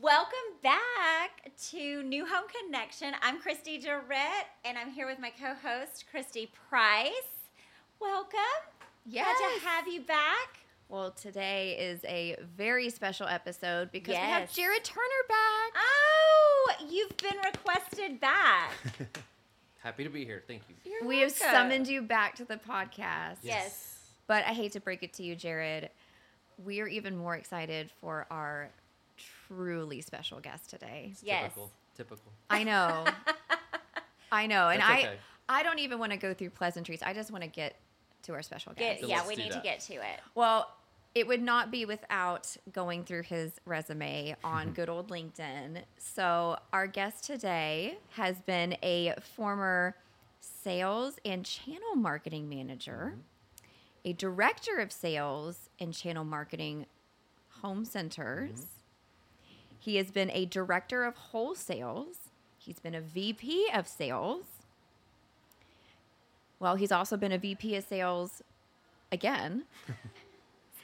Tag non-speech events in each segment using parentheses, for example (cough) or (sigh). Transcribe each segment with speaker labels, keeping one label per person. Speaker 1: Welcome back to New Home Connection. I'm Christy Jarrett, and I'm here with my co-host Christy Price. Welcome. Glad
Speaker 2: Yes.
Speaker 1: to have you back.
Speaker 2: Well, today is a very special episode because we have
Speaker 1: Yes.
Speaker 2: Jared Turner back.
Speaker 1: Oh, you've been requested back.
Speaker 3: Happy to be here. Thank you.
Speaker 1: (laughs) You're
Speaker 2: we have
Speaker 1: welcome.
Speaker 2: summoned you back to the podcast.
Speaker 1: Yes.
Speaker 2: But I hate to break it to you, Jared. We are even more excited for our truly special guest today.
Speaker 3: It's
Speaker 1: Yes.
Speaker 3: Typical. Typical.
Speaker 1: (laughs)
Speaker 2: I know. I know. And
Speaker 3: That's
Speaker 2: I
Speaker 3: okay.
Speaker 2: I don't even want to go through pleasantries. I just want to get to our special
Speaker 1: Get-
Speaker 2: guest.
Speaker 3: So
Speaker 1: yeah,
Speaker 3: let's
Speaker 1: we
Speaker 3: do
Speaker 1: need to
Speaker 3: that.
Speaker 1: get to it.
Speaker 2: Well, it would not be without going through his resume on good old LinkedIn. So, our guest today has been a former sales and channel marketing manager, a director of sales and channel marketing home centers. He has been a director of wholesales. He's been a VP of sales. Well, he's also been a VP of sales again.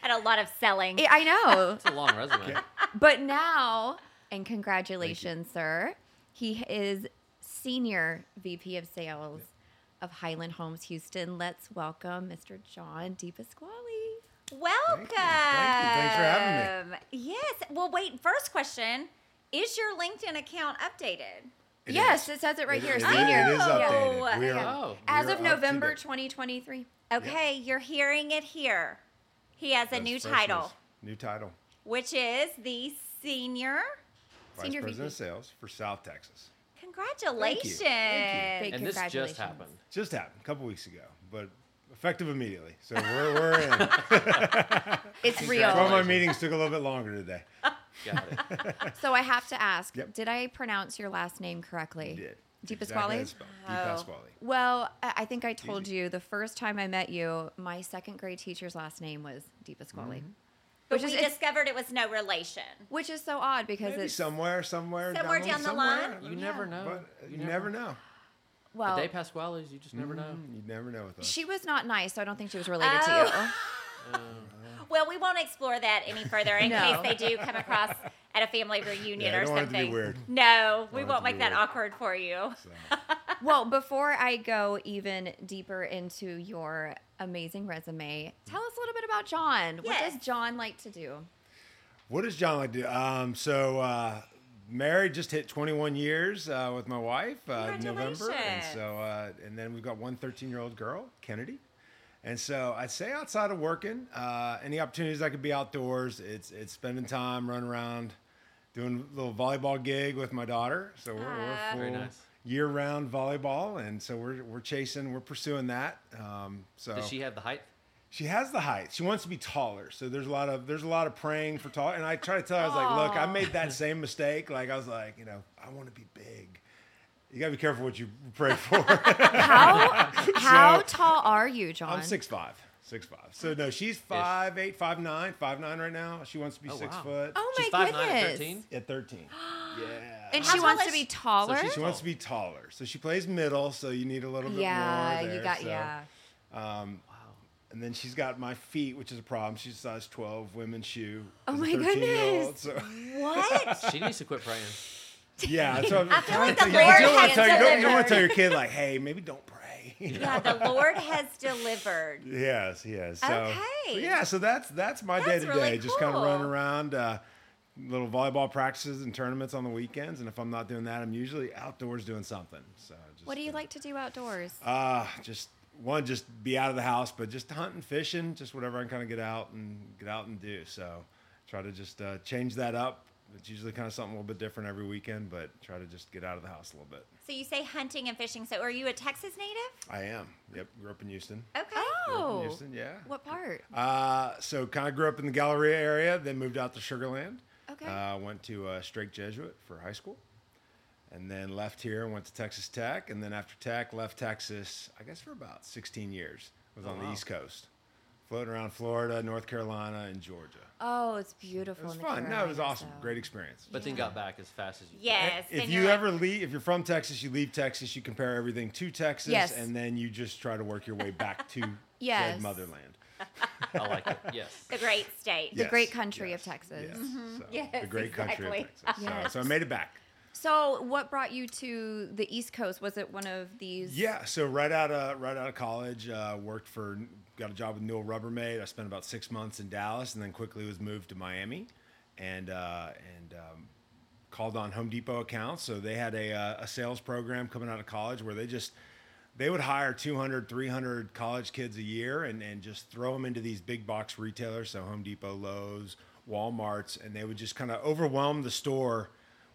Speaker 1: Had a lot of selling.
Speaker 2: I I know. (laughs)
Speaker 3: It's a long resume.
Speaker 2: but now, and congratulations, sir. He is senior VP of sales of Highland Homes Houston. Let's welcome Mr. John DePasquale.
Speaker 1: Welcome.
Speaker 4: you. Thank you. Thanks for having
Speaker 1: me. Yes. Well, wait. First question: Is your LinkedIn account updated?
Speaker 4: It
Speaker 2: yes,
Speaker 4: is.
Speaker 2: it says it right
Speaker 4: It-
Speaker 2: here.
Speaker 4: It is,
Speaker 2: senior.
Speaker 4: it is
Speaker 1: Oh,
Speaker 4: updated. We are,
Speaker 3: yeah.
Speaker 4: we
Speaker 2: As
Speaker 4: are
Speaker 2: of
Speaker 4: up to
Speaker 2: November
Speaker 4: date.
Speaker 2: 2023.
Speaker 1: Okay, you're hearing it here. He has a
Speaker 4: That's
Speaker 1: new
Speaker 4: first
Speaker 1: title,
Speaker 4: news. New title.
Speaker 1: which is the senior.
Speaker 4: Vice
Speaker 2: Senior
Speaker 4: President of
Speaker 2: VP.
Speaker 4: Sales for South Texas.
Speaker 1: Congratulations.
Speaker 4: Thank
Speaker 2: Big
Speaker 3: (laughs) And this just
Speaker 2: congratulations.
Speaker 3: happened.
Speaker 4: Just happened a couple weeks ago, but effective immediately. So we're, we're in.
Speaker 2: It's
Speaker 4: Some of
Speaker 2: real.
Speaker 4: my
Speaker 3: Congratulations.
Speaker 4: meetings took a little bit longer today.
Speaker 3: Got it.
Speaker 2: So I have to ask,
Speaker 4: Yep.
Speaker 2: did I pronounce your last name correctly?
Speaker 4: Did.
Speaker 2: DePasquale?
Speaker 4: Deep
Speaker 2: Oh.
Speaker 4: Pasquale.
Speaker 2: Well, I I think I told you the first time I met you, my second grade teacher's last name was
Speaker 4: Mm-hmm.
Speaker 2: DePasquale,
Speaker 1: But
Speaker 2: which is
Speaker 1: we
Speaker 2: it's-
Speaker 1: discovered it was no relation.
Speaker 2: which is so odd because
Speaker 4: Maybe
Speaker 2: it's
Speaker 4: somewhere, somewhere.
Speaker 1: Somewhere down the line?
Speaker 4: somewhere,
Speaker 3: You never know.
Speaker 4: But uh,
Speaker 3: You
Speaker 4: you never know. Mm-hmm.
Speaker 3: The
Speaker 2: well,
Speaker 3: day Pasquales, you just never know.
Speaker 4: You never know with us.
Speaker 2: she was not nice, so I don't think
Speaker 1: (laughs)
Speaker 2: she was related to
Speaker 1: Oh.
Speaker 2: you.
Speaker 1: Well, we won't explore that any further (laughs) in
Speaker 2: No.
Speaker 1: case they do come across at a family reunion
Speaker 4: Yeah, I
Speaker 1: or
Speaker 4: don't want it to be
Speaker 1: something.
Speaker 4: weird.
Speaker 1: No, we
Speaker 4: want it
Speaker 1: won't
Speaker 4: to be
Speaker 1: make that
Speaker 4: weird.
Speaker 1: awkward for you.
Speaker 4: So,
Speaker 2: (laughs) Well, before I go even deeper into your amazing resume, tell us a little bit about John. What
Speaker 1: Yes.
Speaker 2: does John like to
Speaker 4: (laughs)
Speaker 2: do?
Speaker 4: what does John like to do? Um, so, uh, married, just hit 21 years uh, with my wife uh, in November. And
Speaker 1: Congratulations.
Speaker 4: so, uh, and then we've got one 13 year old girl, Kennedy. And so I'd say outside of working, uh, any opportunities I could be outdoors, it's it's spending time running around, doing a little volleyball gig with my daughter. So we're,
Speaker 1: Ah.
Speaker 4: we're full
Speaker 3: Very nice.
Speaker 4: year round volleyball, and so we're we're chasing, we're pursuing that. Um, so
Speaker 3: Does she have the height?
Speaker 4: she has the height. She wants to be taller. So there's a lot of there's a lot of praying for tall. And I try to tell her, I was like, look, I made that same mistake. Like I was like, you know, I want to be big. You gotta be careful what you
Speaker 2: (laughs)
Speaker 4: pray for.
Speaker 2: How how tall are you, John?
Speaker 4: I'm six five. Six five. So no, she's five eight, five nine, five nine right now. She wants to be
Speaker 3: Oh,
Speaker 4: six
Speaker 3: wow.
Speaker 4: foot
Speaker 2: Oh my
Speaker 3: She's 5'9
Speaker 2: goodness!
Speaker 3: at 13.
Speaker 4: (laughs) at thirteen.
Speaker 2: (gasps)
Speaker 4: yeah.
Speaker 2: And
Speaker 1: How
Speaker 2: she
Speaker 1: tall
Speaker 2: wants
Speaker 1: is
Speaker 2: to be
Speaker 1: she?
Speaker 2: taller.
Speaker 3: she's-
Speaker 4: she wants to be taller. So she plays middle, so you need a little bit
Speaker 2: yeah,
Speaker 4: more. there,
Speaker 2: you got
Speaker 4: so.
Speaker 2: yeah.
Speaker 3: Wow.
Speaker 4: And then she's got my feet, which is a problem. She's a size 12 women's shoe.
Speaker 2: Oh
Speaker 4: as a
Speaker 2: my
Speaker 4: 13-year-old, So,
Speaker 1: What?
Speaker 3: She needs to quit praying.
Speaker 4: yeah. So I'm, I
Speaker 1: feel like the
Speaker 4: you,
Speaker 1: Lord
Speaker 4: don't wanna
Speaker 1: has
Speaker 4: tell, you, don't, you don't
Speaker 1: delivered.
Speaker 4: want to tell your kid, like, hey, maybe don't pray. (laughs) You know?
Speaker 1: yeah, the Lord has delivered.
Speaker 4: Yes, yes. So,
Speaker 1: Okay.
Speaker 4: so yeah, so that's that's my day
Speaker 1: That's
Speaker 4: to
Speaker 1: really
Speaker 4: day. Just kind of run
Speaker 1: cool.
Speaker 4: around, uh, little volleyball practices and tournaments on the weekends. And if I'm not doing that, I'm usually outdoors doing something. So just,
Speaker 2: What do you
Speaker 4: uh,
Speaker 2: like to do outdoors?
Speaker 4: Uh, just one, just be out of the house, but just hunting, fishing, just whatever I can kind of get out and get out and do. So try to just uh, change that up. It's usually kind of something a little bit different every weekend, but try to just get out of the house a little bit.
Speaker 1: So you say hunting and fishing. So are you a Texas native?
Speaker 4: I am. Yep, grew up in Houston.
Speaker 1: Okay.
Speaker 2: oh,
Speaker 4: Houston, yeah.
Speaker 2: what part?
Speaker 4: Uh, so kind of grew up in the Galleria area, then moved out to Sugar Land.
Speaker 2: Okay.
Speaker 4: Uh, went to uh, Straight Jesuit for high school, and then left here and went to Texas Tech, and then after Tech left Texas. I guess for about 16 years. Was on the
Speaker 3: wow.
Speaker 4: East Coast, floating around Florida, North Carolina, and Georgia.
Speaker 2: Oh, it's
Speaker 4: It
Speaker 2: beautiful.
Speaker 4: was
Speaker 2: in the
Speaker 4: fun. No, it was
Speaker 2: Carolinas,
Speaker 4: awesome.
Speaker 2: though.
Speaker 4: Great experience.
Speaker 3: But then got back as fast as you could.
Speaker 1: Yes.
Speaker 4: if
Speaker 1: and
Speaker 4: you
Speaker 1: you're like-
Speaker 4: ever leave, if you're from Texas, you leave Texas, you compare everything to Texas,
Speaker 2: Yes. (laughs)
Speaker 4: and then you just try to work your way back to said
Speaker 2: Yes.
Speaker 4: motherland.
Speaker 3: I like it. Yes.
Speaker 1: The great state.
Speaker 2: The
Speaker 4: Yes,
Speaker 2: great country of
Speaker 4: yes,
Speaker 2: Texas. Mm-hmm.
Speaker 4: yes. So,
Speaker 1: Yes,
Speaker 4: the great country of
Speaker 1: exactly.
Speaker 2: (laughs)
Speaker 4: Texas. So-
Speaker 2: Yes.
Speaker 4: so I made it back.
Speaker 2: So, what brought you to the East Coast? Was it one of these?
Speaker 4: Yeah, so right out of right out of college, uh, worked for got a job with Newell Rubbermaid. I spent about six months in Dallas, and then quickly was moved to Miami, and uh, and um, called on Home Depot accounts. So they had a uh, a sales program coming out of college where they just they would hire 200, 300 college kids a year and, and just throw them into these big box retailers, so Home Depot, Lowe's, Walmart's, and they would just kind of overwhelm the store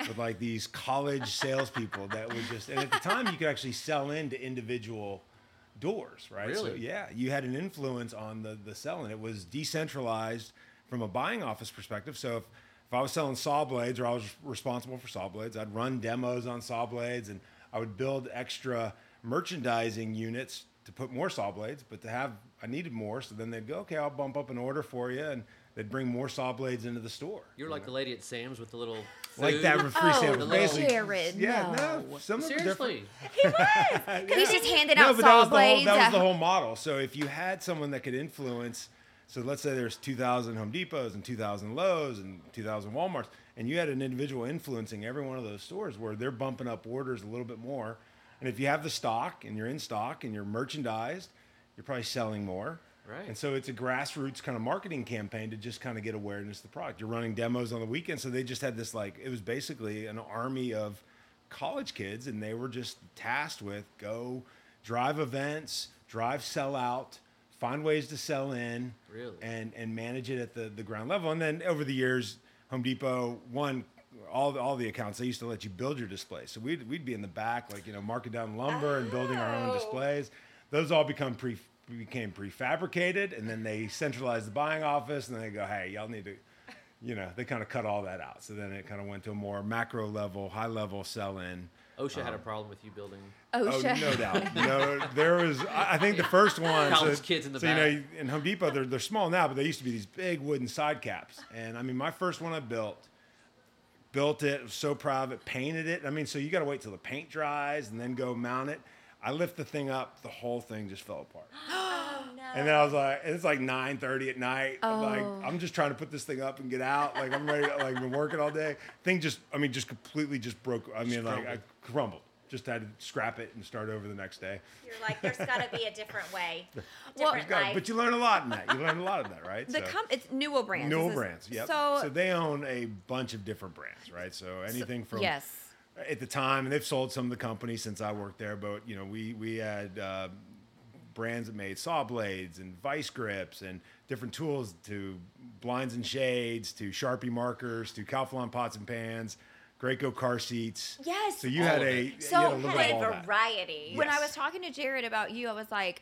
Speaker 4: with like these college salespeople that would just, and at the time you could actually sell into individual doors, right? So,
Speaker 3: Really?
Speaker 4: yeah, you had an influence on the, the selling. It was decentralized from a buying office perspective. So if, if I was selling saw blades or I was responsible for saw blades, I'd run demos on saw blades and I would build extra merchandising units to put more saw blades, but to have, I needed more. So then they'd go, okay, I'll bump up an order for you. And they'd bring more saw blades into the store.
Speaker 3: You're like the lady at Sam's with the little
Speaker 4: like that
Speaker 3: food. Oh.
Speaker 4: with free
Speaker 2: Oh,
Speaker 4: samples. Basically,
Speaker 2: Jared,
Speaker 4: yeah, no.
Speaker 2: no.
Speaker 4: some of them are different.
Speaker 3: Seriously.
Speaker 2: He's just handing
Speaker 4: No,
Speaker 2: out saw
Speaker 4: but that was, the whole,
Speaker 2: blades.
Speaker 4: that was the
Speaker 2: uh,
Speaker 4: whole model. So if you had someone that could influence, so let's say there's 2,000 Home Depots and 2,000 Lowe's and 2,000 WalMarts, and you had an individual influencing every one of those stores where they're bumping up orders a little bit more. And if you have the stock and you're in stock and you're merchandised, you're probably selling more.
Speaker 3: Right.
Speaker 4: And so it's a grassroots kind of marketing campaign to just kind of get awareness of the product. You're running demos on the weekend. So they just had this like, it was basically an army of college kids and they were just tasked with go drive events, drive sell out, find ways to sell in.
Speaker 3: Really?
Speaker 4: And and manage it at the, the ground level. And then over the years, Home Depot, one all the, all the accounts, they used to let you build your display. So we'd, we'd be in the back, like, you know, marking down lumber and building our own
Speaker 1: Oh.
Speaker 4: displays. Those all become pre became prefabricated and then they centralized the buying office and then they go, hey, y'all need to you know, they kind of cut all that out. So then it kind of went to a more macro level, high level sell in.
Speaker 3: OSHA had a
Speaker 4: Um,
Speaker 3: problem with you building.
Speaker 4: Oh,
Speaker 2: OSHA.
Speaker 4: no doubt. No, there was. I I think the first one.
Speaker 3: College kids in the
Speaker 4: so, You know, in Home Depot, they're they're small now, but they used to be these big wooden side caps. And I mean, my first one I built, built it. Was so proud of it. Painted it. I mean, so you got to wait till the paint dries and then go mount it. I lift the thing up, the whole thing just fell apart. And then I was like, and it's like 9:30 at night. I'm
Speaker 2: Oh.
Speaker 4: Like I'm just trying to put this thing up and get out. Like I'm ready. Like been working all day. Thing just, I mean, just completely just broke. I mean, like I
Speaker 3: crumbled.
Speaker 4: crumbled. Just had to scrap it and start over the next day.
Speaker 1: You're like, there's got to be a different way,
Speaker 2: Well,
Speaker 1: different
Speaker 4: God,
Speaker 1: life.
Speaker 4: but you learn a lot in that. You learn a lot in that, right?
Speaker 2: The com- it's Newell Brands.
Speaker 4: Newell
Speaker 2: This is-
Speaker 4: brands, yep.
Speaker 2: So,
Speaker 4: So, they own a bunch of different brands, right? So anything from
Speaker 2: yes.
Speaker 4: at the time, and they've sold some of the companies since I worked there. But you know, we we had uh, brands that made saw blades and vice grips and different tools to blinds and shades to Sharpie markers to Calphalon pots and pans, Graco car seats.
Speaker 2: Yes.
Speaker 4: So you
Speaker 3: All
Speaker 4: had
Speaker 3: of
Speaker 4: a
Speaker 3: it.
Speaker 4: you
Speaker 2: So
Speaker 4: had a little
Speaker 2: had
Speaker 4: bit
Speaker 2: a
Speaker 4: of all that.
Speaker 1: variety.
Speaker 2: when I
Speaker 4: Yes.
Speaker 2: was talking to Jared about you, I was like,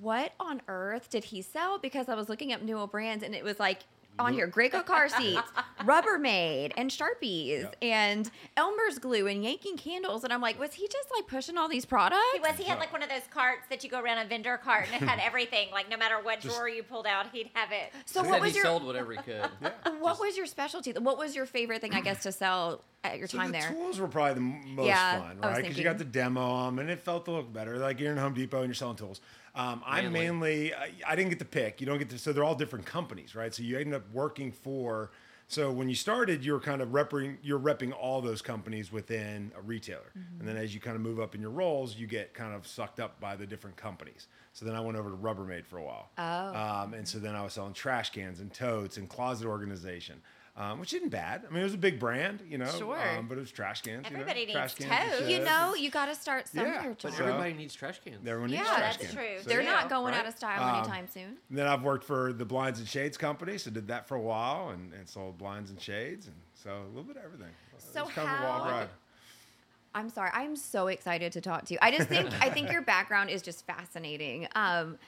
Speaker 2: what on earth did he sell? Because I was looking up Newell brands and it was like on here Graco car
Speaker 4: (laughs)
Speaker 2: seats, Rubbermaid, and Sharpies,
Speaker 4: Yeah.
Speaker 2: and Elmer's glue and yanking candles. And I'm like, was he just like pushing all these products?
Speaker 1: He was. He had like one of those carts that you go around a vendor cart, and it
Speaker 4: (laughs)
Speaker 1: had everything. Like no matter what
Speaker 4: Just-
Speaker 1: drawer you pulled out, he'd have it.
Speaker 2: So
Speaker 3: He
Speaker 2: Oh, what
Speaker 3: said
Speaker 2: was
Speaker 3: he
Speaker 2: your
Speaker 3: sold whatever he could.
Speaker 2: what was your specialty? What was your favorite thing I guess to sell at your
Speaker 4: So
Speaker 2: time
Speaker 4: the
Speaker 2: there?
Speaker 4: tools were probably the m- most
Speaker 2: Yeah, I
Speaker 4: fun,
Speaker 2: was
Speaker 4: right? Because you got to
Speaker 2: thinking.
Speaker 4: demo them, and it felt a little better. Like you're in Home Depot and you're selling tools. Um, I
Speaker 3: Manly.
Speaker 4: mainly, I, I didn't get to pick. You don't get to, so they're all different companies, right? So you end up working for. So when you started, you were kind of repping, you're repping all those companies within a retailer,
Speaker 2: Mm-hmm.
Speaker 4: and then as you kind of move up in your roles, you get kind of sucked up by the different companies. So then I went over to Rubbermaid for a while.
Speaker 2: Oh.
Speaker 4: Um, and so then I was selling trash cans and totes and closet organization, um, which isn't bad. I mean, it was a big brand, you know.
Speaker 2: Sure.
Speaker 4: um, but it was trash cans.
Speaker 1: Everybody
Speaker 4: you know?
Speaker 1: needs
Speaker 4: trash cans
Speaker 1: totes.
Speaker 4: and
Speaker 2: You
Speaker 4: shit.
Speaker 2: know, you got to start somewhere.
Speaker 4: Yeah, but
Speaker 2: John.
Speaker 3: But everybody needs trash cans.
Speaker 4: everyone needs
Speaker 2: Yeah,
Speaker 1: that's
Speaker 4: trash cans.
Speaker 1: true.
Speaker 4: So,
Speaker 2: They're
Speaker 4: yeah. Um,
Speaker 2: not going out
Speaker 3: right?
Speaker 2: of style anytime soon.
Speaker 4: And then I've worked for the Blinds and Shades company, so did that for a while, and, and sold blinds and shades, and so a little bit of everything.
Speaker 2: So
Speaker 4: it's kind of a wild
Speaker 2: how-
Speaker 4: ride.
Speaker 2: I'm sorry. I'm so excited to talk to you. I just think I think your background is just fascinating. Um,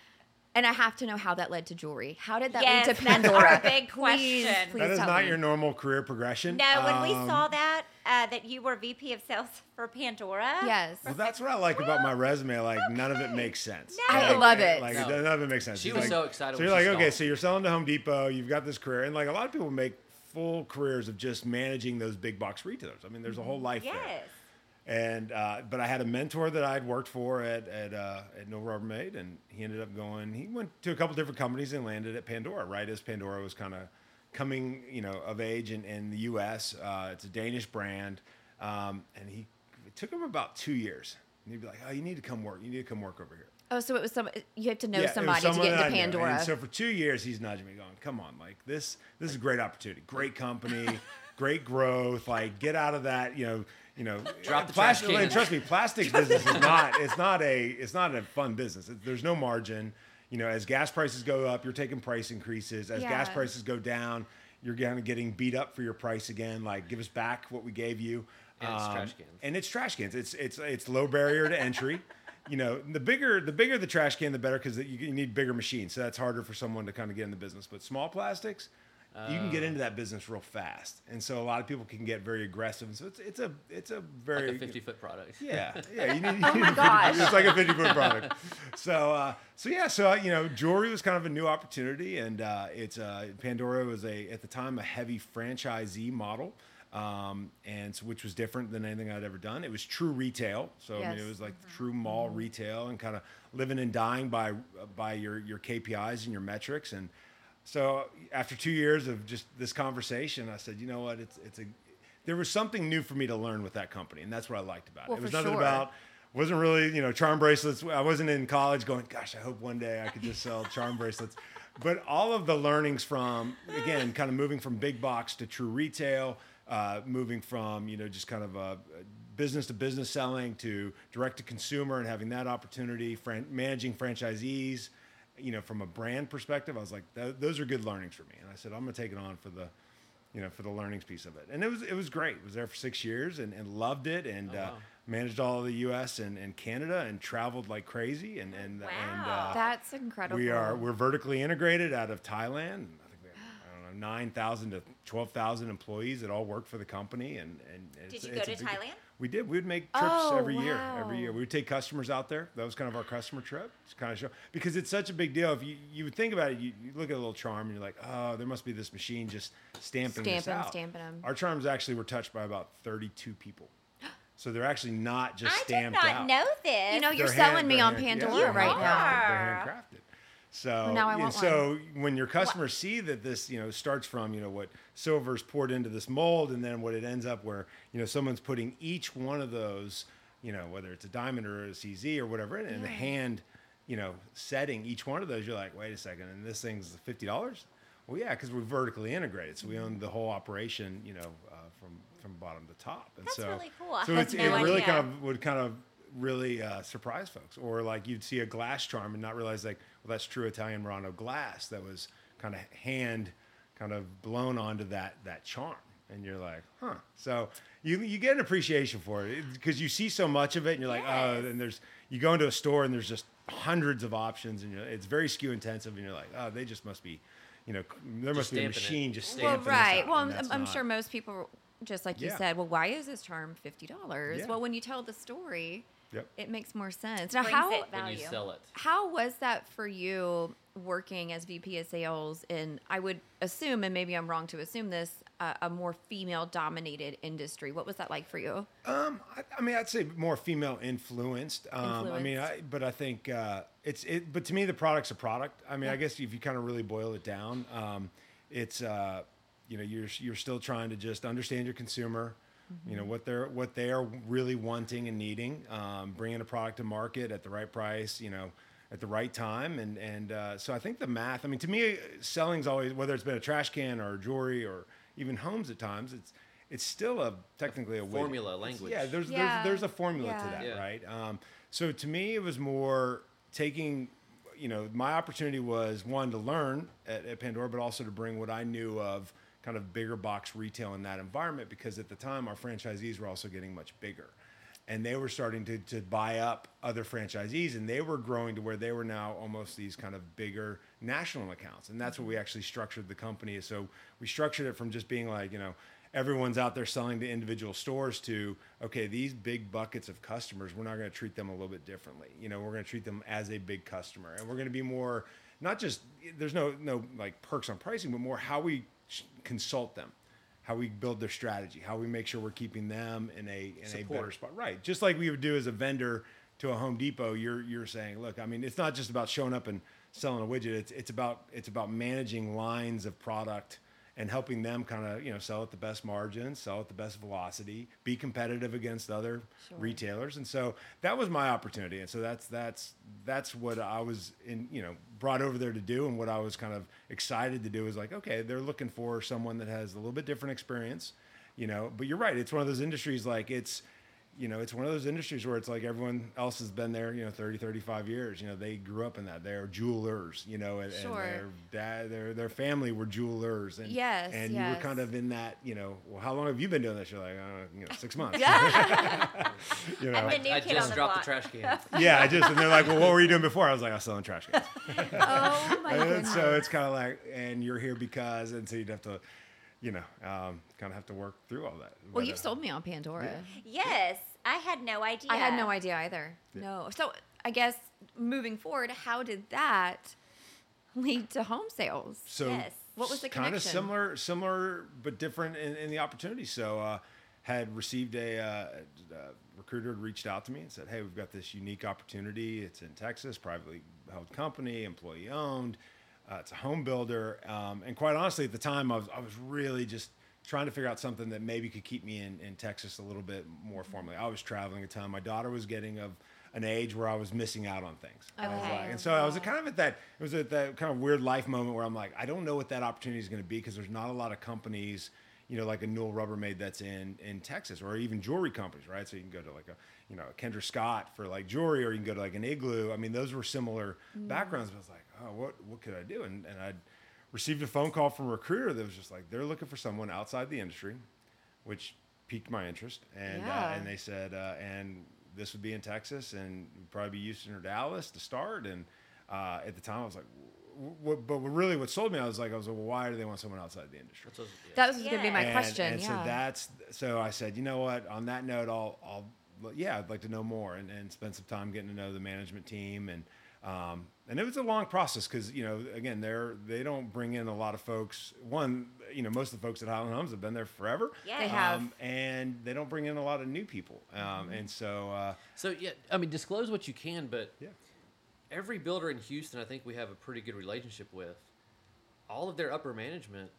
Speaker 2: and I have to know how that led to jewelry. How did that
Speaker 1: Yes,
Speaker 2: lead to
Speaker 1: that's
Speaker 2: Pandora?
Speaker 1: our big
Speaker 2: Please,
Speaker 1: question.
Speaker 2: please
Speaker 4: That is
Speaker 2: tell
Speaker 4: not
Speaker 2: me.
Speaker 4: your normal career progression.
Speaker 1: No, when we
Speaker 4: Um,
Speaker 1: saw that uh, that you were VP of Sales for Pandora.
Speaker 2: Yes.
Speaker 4: Well, that's what I like about my resume. Like, none of it makes sense.
Speaker 1: No. I
Speaker 4: Like,
Speaker 2: love it.
Speaker 4: Like,
Speaker 3: No.
Speaker 4: none of it makes sense.
Speaker 3: She
Speaker 4: It's
Speaker 3: was
Speaker 4: like-
Speaker 3: so excited
Speaker 4: So
Speaker 3: when
Speaker 4: you're like,
Speaker 3: she saw
Speaker 4: okay,
Speaker 3: it.
Speaker 4: so you're selling to Home Depot. You've got this career, and like a lot of people make full careers of just managing those big box retailers. I mean, there's a whole life there.
Speaker 1: Yes.
Speaker 4: And uh, but I had a mentor that I had worked for at at uh, at No Rubbermaid, and he ended up going. He went to a couple different companies and landed at Pandora. Right as Pandora was kind of coming, you know, of age in, in the U.S. Uh, it's a Danish brand, um, and he it took him about two years. And he'd be like, "Oh, you need to come work. You need to come work over here."
Speaker 2: Oh, so it was some. You have to know
Speaker 4: Yeah, it was
Speaker 2: somebody to
Speaker 4: someone
Speaker 2: get
Speaker 4: that I
Speaker 2: into
Speaker 4: knew. And
Speaker 2: Pandora.
Speaker 4: so for two years, he's nudging me, going, "Come on, like this. This is a great opportunity.
Speaker 2: (laughs)
Speaker 4: Great company, great growth. Like get out of that. You know, you know.
Speaker 3: Drop the
Speaker 4: plastic.
Speaker 3: trash can.
Speaker 4: Trust me, plastics business is not. It's not a. It's not a fun business. It- there's no margin. You know, as gas prices go up, you're taking price increases. As gas
Speaker 2: Yeah.
Speaker 4: prices go down, you're kind of getting beat up for your price again. Like give us back what we gave you. Um,
Speaker 3: And it's trash cans.
Speaker 4: And it's trash cans. It's it's it's low barrier to entry. (laughs) You know, the bigger the bigger the trash can, the better because you, you need bigger machines. So that's harder for someone to kind of get in the business. But small plastics, you can get into that business real fast, and so a lot of people can get very aggressive. And so it's it's a it's a very
Speaker 3: Like a 50 foot product.
Speaker 4: (laughs) yeah, yeah. You need, oh my
Speaker 2: gosh.
Speaker 4: it's like a fifty foot product. So, uh, so yeah, so uh, you know, jewelry was kind of a new opportunity, and uh, it's uh, Pandora was a at the time a heavy franchisee model, um, and so- which was different than anything I'd ever done. It was true retail, so I mean,
Speaker 2: Yes.
Speaker 4: it was like true mall retail, and kind of living and dying by by your your KPIs and your metrics, and so after two years of just this conversation, I said, you know what, it's it's a there was something new for me to learn with that company, and that's what I liked about it.
Speaker 2: Well,
Speaker 4: it was
Speaker 2: for
Speaker 4: nothing
Speaker 2: sure.
Speaker 4: about wasn't really you know charm bracelets. I wasn't in college going, gosh, I hope one day I could just sell
Speaker 2: (laughs)
Speaker 4: charm bracelets. But all of the learnings from again, kind of moving from big box to true retail, uh, moving from you know just kind of uh business to business selling to direct to consumer and having that opportunity, fran- managing franchisees, you know, from a brand perspective, I was like, "Tho- those are good learnings for me. And I said, I'm going to take it on for the, you know, for the learnings piece of it. And it was, it was great. Was there for six years and, and loved it and uh,
Speaker 3: wow.
Speaker 4: managed all of the U.S. and, and Canada and traveled like crazy. And and and
Speaker 1: Wow.
Speaker 4: uh,
Speaker 2: That's incredible.
Speaker 4: we are we're vertically integrated out of Thailand. I think we have, I don't know nine thousand to twelve thousand employees that all work for the company. And and it's-
Speaker 1: you
Speaker 4: it's
Speaker 1: go
Speaker 4: a
Speaker 1: to
Speaker 4: big-
Speaker 1: Thailand?
Speaker 4: We did. We'd make trips
Speaker 2: Oh,
Speaker 4: every year.
Speaker 2: wow.
Speaker 4: Every year we would take customers out there. That was kind of our customer trip. It's kind of show because it's such a big deal. If you you would think about it, you, you look at a little charm and you're like, oh, there must be this machine just stamping this
Speaker 2: Stamping,
Speaker 4: out.
Speaker 2: stamping 'em.
Speaker 4: Our charms actually were touched by about thirty two people. So they're actually not just
Speaker 1: I did
Speaker 4: stamped
Speaker 1: not
Speaker 4: out.
Speaker 1: know this.
Speaker 2: You know, you're
Speaker 4: They're
Speaker 2: selling
Speaker 4: hand-
Speaker 2: me
Speaker 4: they're
Speaker 2: on
Speaker 4: hand- yeah,
Speaker 2: Pandora
Speaker 4: they're
Speaker 2: right now.
Speaker 4: handcrafted. They're handcrafted. So
Speaker 2: Now I
Speaker 4: and
Speaker 2: want one.
Speaker 4: so when your customers see that this you know starts from you know what silver's poured into this mold and then what it ends up where you know someone's putting each one of those you know whether it's a diamond or a CZ or whatever in the hand you know setting each one of those you're like wait a second and this thing's fifty dollars well yeah because we're vertically integrated so we own the whole operation you know uh, from from bottom to top and
Speaker 1: That's
Speaker 4: so
Speaker 1: really cool. I
Speaker 4: so
Speaker 1: had
Speaker 4: it's,
Speaker 1: no
Speaker 4: it really
Speaker 1: idea.
Speaker 4: kind of would kind of really uh, surprise folks, or like you'd see a glass charm and not realize like, well, that's true Italian Murano glass that was kind of hand, kind of blown onto that that charm, and you're like, huh. So you you get an appreciation for it because you see so much of it, and you're like, oh, and there's you go into a store and there's just hundreds of options, and you're, it's very skew intensive, and you're like, oh, they just must be. You know, there must be a
Speaker 3: stamping it.
Speaker 4: machine just
Speaker 2: Well,
Speaker 4: stamping this out,
Speaker 2: right.
Speaker 4: and
Speaker 2: Well, I'm,
Speaker 4: that's
Speaker 2: I'm
Speaker 4: not-
Speaker 2: sure most people, just like you
Speaker 4: Yeah.
Speaker 2: said, well, why is this charm fifty dollars?
Speaker 4: Yeah.
Speaker 2: Well, when you tell the story,
Speaker 4: Yep.
Speaker 2: it makes more sense. Now,
Speaker 1: Brings
Speaker 2: how
Speaker 1: it
Speaker 3: When you
Speaker 1: Value.
Speaker 3: sell it.
Speaker 2: how was that for you working as VP of sales? And I would assume, and maybe I'm wrong to assume this, uh, a more female-dominated industry. What was that like for
Speaker 4: (laughs)
Speaker 2: you?
Speaker 4: Um, I, I mean, I'd say more female influenced. Um, I mean,
Speaker 2: Influenced.
Speaker 4: I, but I think uh, it's it. But to me, the product's a product. I mean, I guess if you kind of really boil it down, um, it's uh, you know, you're you're still trying to just understand your consumer. You know what they're what they are really wanting and needing. Um, bringing a product to market at the right price. You know. At the right time, and and uh, so I think the math. I mean, to me, selling's always whether it's been a trash can or jewelry or even homes at times. It's it's still a technically a way-
Speaker 3: Formula,
Speaker 4: it's-
Speaker 3: language.
Speaker 4: Yeah, there's
Speaker 2: Yeah.
Speaker 4: there's, there's a formula
Speaker 2: Yeah.
Speaker 4: to that,
Speaker 3: Yeah.
Speaker 4: right? Um, so to me, it was more taking, you know, my opportunity was one to learn at, at Pandora, but also to bring what I knew of kind of bigger box retail in that environment because at the time our franchisees were also getting much bigger. And they were starting to, to buy up other franchisees, and they were growing to where they were now almost these kind of bigger national accounts. And that's what we actually structured the company. So we structured it from just being like, you know, everyone's out there selling to individual stores to okay these big buckets of customers we're not going to treat them a little bit differently you know we're going to treat them as a big customer and we're going to be more not just there's no no like perks on pricing but more how we sh- consult them how we build their strategy, how we make sure we're keeping them in a in a better
Speaker 3: Support.
Speaker 4: spot. Right. Just like we would do as a vendor to a Home Depot, you're you're saying, look, I mean, it's not just about showing up and selling a widget. It's it's about it's about managing lines of product and helping them kind of, you know, sell at the best margin, sell at the best velocity, be competitive against other retailers. And so that was my opportunity. And so that's that's that's what I was in, you know, brought over there to do and what I was kind of excited to do is like, okay, they're looking for someone that has a little bit different experience, you know, but you're right, it's one of those industries like it's you know, it's one of those industries where it's like everyone else has been there, you know, 30, 35 years. You know, they grew up in that. They're jewelers, you know, and,
Speaker 2: Sure.
Speaker 4: and their dad, their their family were jewelers. And,
Speaker 2: Yes,
Speaker 4: and you were
Speaker 2: yes.
Speaker 4: kind of in that, you know, well, how long have you been doing this? You're like, uh, you know, six
Speaker 2: (laughs)
Speaker 4: months. you know,
Speaker 1: I'm the new
Speaker 3: I
Speaker 1: kid on
Speaker 3: just
Speaker 1: the
Speaker 3: dropped
Speaker 1: block.
Speaker 3: the trash can.
Speaker 4: yeah, I just and they're like, well, what were you doing before? I was like, I was selling trash cans.
Speaker 2: (laughs) Oh my
Speaker 4: (laughs) and
Speaker 2: goodness.
Speaker 4: so it's kind of like, and you're here because, and so you'd have to, you know, um, kind of have to work through all that.
Speaker 2: well,
Speaker 4: But,
Speaker 2: you've
Speaker 4: uh,
Speaker 2: sold me on Pandora.
Speaker 1: Yes, I had no idea.
Speaker 2: I had no idea either. No. So I guess moving forward, how did that lead to home sales?
Speaker 4: So
Speaker 1: Yes.
Speaker 2: What was the
Speaker 4: kind of
Speaker 2: connection?
Speaker 4: similar, similar but different in, in the opportunity. So uh, had received a, uh, uh recruiter had reached out to me and said, "Hey, we've got this unique opportunity. It's in Texas, privately held company, employee owned. Uh, it's a home builder." Um, and quite honestly, at the time, I was I was really just trying to figure out something that maybe could keep me in, in Texas a little bit more
Speaker 2: Mm-hmm.
Speaker 4: formally. I was traveling a ton. My daughter was getting of an age where I was missing out on things. I was
Speaker 1: Okay.
Speaker 4: like, and so I was kind of at that it was at that kind of weird life moment where I'm like, I don't know what that opportunity is going to be because there's not a lot of companies, you know, like a Newell Rubbermaid that's in in Texas or even jewelry companies, right? So you can go to like a you know a Kendra Scott for like jewelry, or you can go to like an Igloo. I mean, those were similar backgrounds. But I was like, oh, what what could I do? And and I received a phone call from a recruiter that was just like, they're looking for someone outside the industry, which piqued my interest. And uh,
Speaker 2: Yeah.
Speaker 4: and they they said, uh, and this would be in Texas, and probably be Houston or Dallas to start. And uh, at the time, I was like, w- w- but what really what sold me, I was like, I was like, well, why do they want someone outside the industry?
Speaker 3: That's what- yeah.
Speaker 2: That was going to be my
Speaker 1: Yeah.
Speaker 4: and,
Speaker 2: question.
Speaker 4: And
Speaker 2: yeah.
Speaker 4: so that's so I said, you know what? On that note, I'll, I'll yeah, I'd like to know more and, and spend some time getting to know the management team and. Um, and it was a long process because you know again they're they don't bring in a lot of folks. One, you know, most of the folks at Highland Homes have been there forever.
Speaker 1: Yeah. They
Speaker 2: have. Mm-hmm.
Speaker 4: Um, and they don't bring in a lot of new people. Um, and so uh,
Speaker 3: So yeah, I mean, disclose what you can, but
Speaker 4: yeah,
Speaker 3: every builder in Houston, I think we have a pretty good relationship with. All of their upper management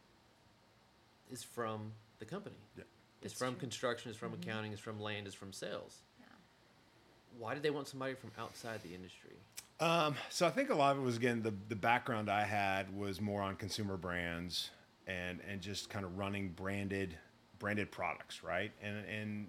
Speaker 3: is from the company.
Speaker 4: Yeah.
Speaker 3: It's from construction, it's from accounting, it's from land, it's from sales. Why did they want somebody from outside the industry?
Speaker 4: Um, so I think a lot of it was again the the background I had was more on consumer brands and and just kind of running branded branded products, right? And and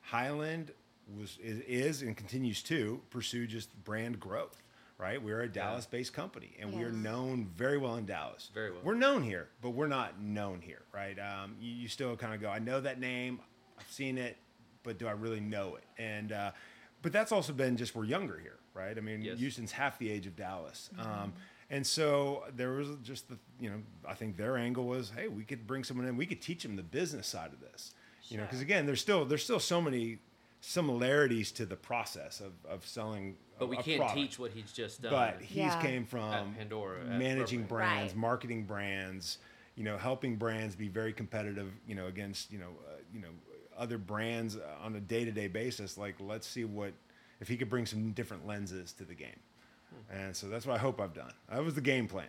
Speaker 4: Highland was is, is and continues to pursue just brand growth, right? We're a Dallas-based company and we're
Speaker 2: Yes.
Speaker 4: known very well in Dallas.
Speaker 3: Very well.
Speaker 4: We're known here, but we're not known here, right? Um, you, you still kind of go, I know that name, I've seen it, but do I really know it? And uh, but that's also been just we're younger here, right? I mean,
Speaker 3: Yes.
Speaker 4: Houston's half the age of Dallas. Um, and so there was just the you know I think their angle was, hey, we could bring someone in, we could teach them the business side of this, you know, because
Speaker 1: Sure.
Speaker 4: again, there's still there's still so many similarities to the process of of selling.
Speaker 3: But we
Speaker 4: a
Speaker 3: can't
Speaker 4: product.
Speaker 3: teach what he's just done.
Speaker 4: But he's
Speaker 2: Yeah.
Speaker 4: came from
Speaker 3: At Pandora, at
Speaker 4: managing
Speaker 3: Burbank.
Speaker 4: brands,
Speaker 1: Right.
Speaker 4: marketing brands, you know, helping brands be very competitive, you know, against you know, uh, you know, other brands uh, on a day to day basis. Like, let's see what if he could bring some different lenses to the game.
Speaker 3: Hmm.
Speaker 4: And so that's what I hope I've done. That was the
Speaker 3: (laughs)
Speaker 4: game plan.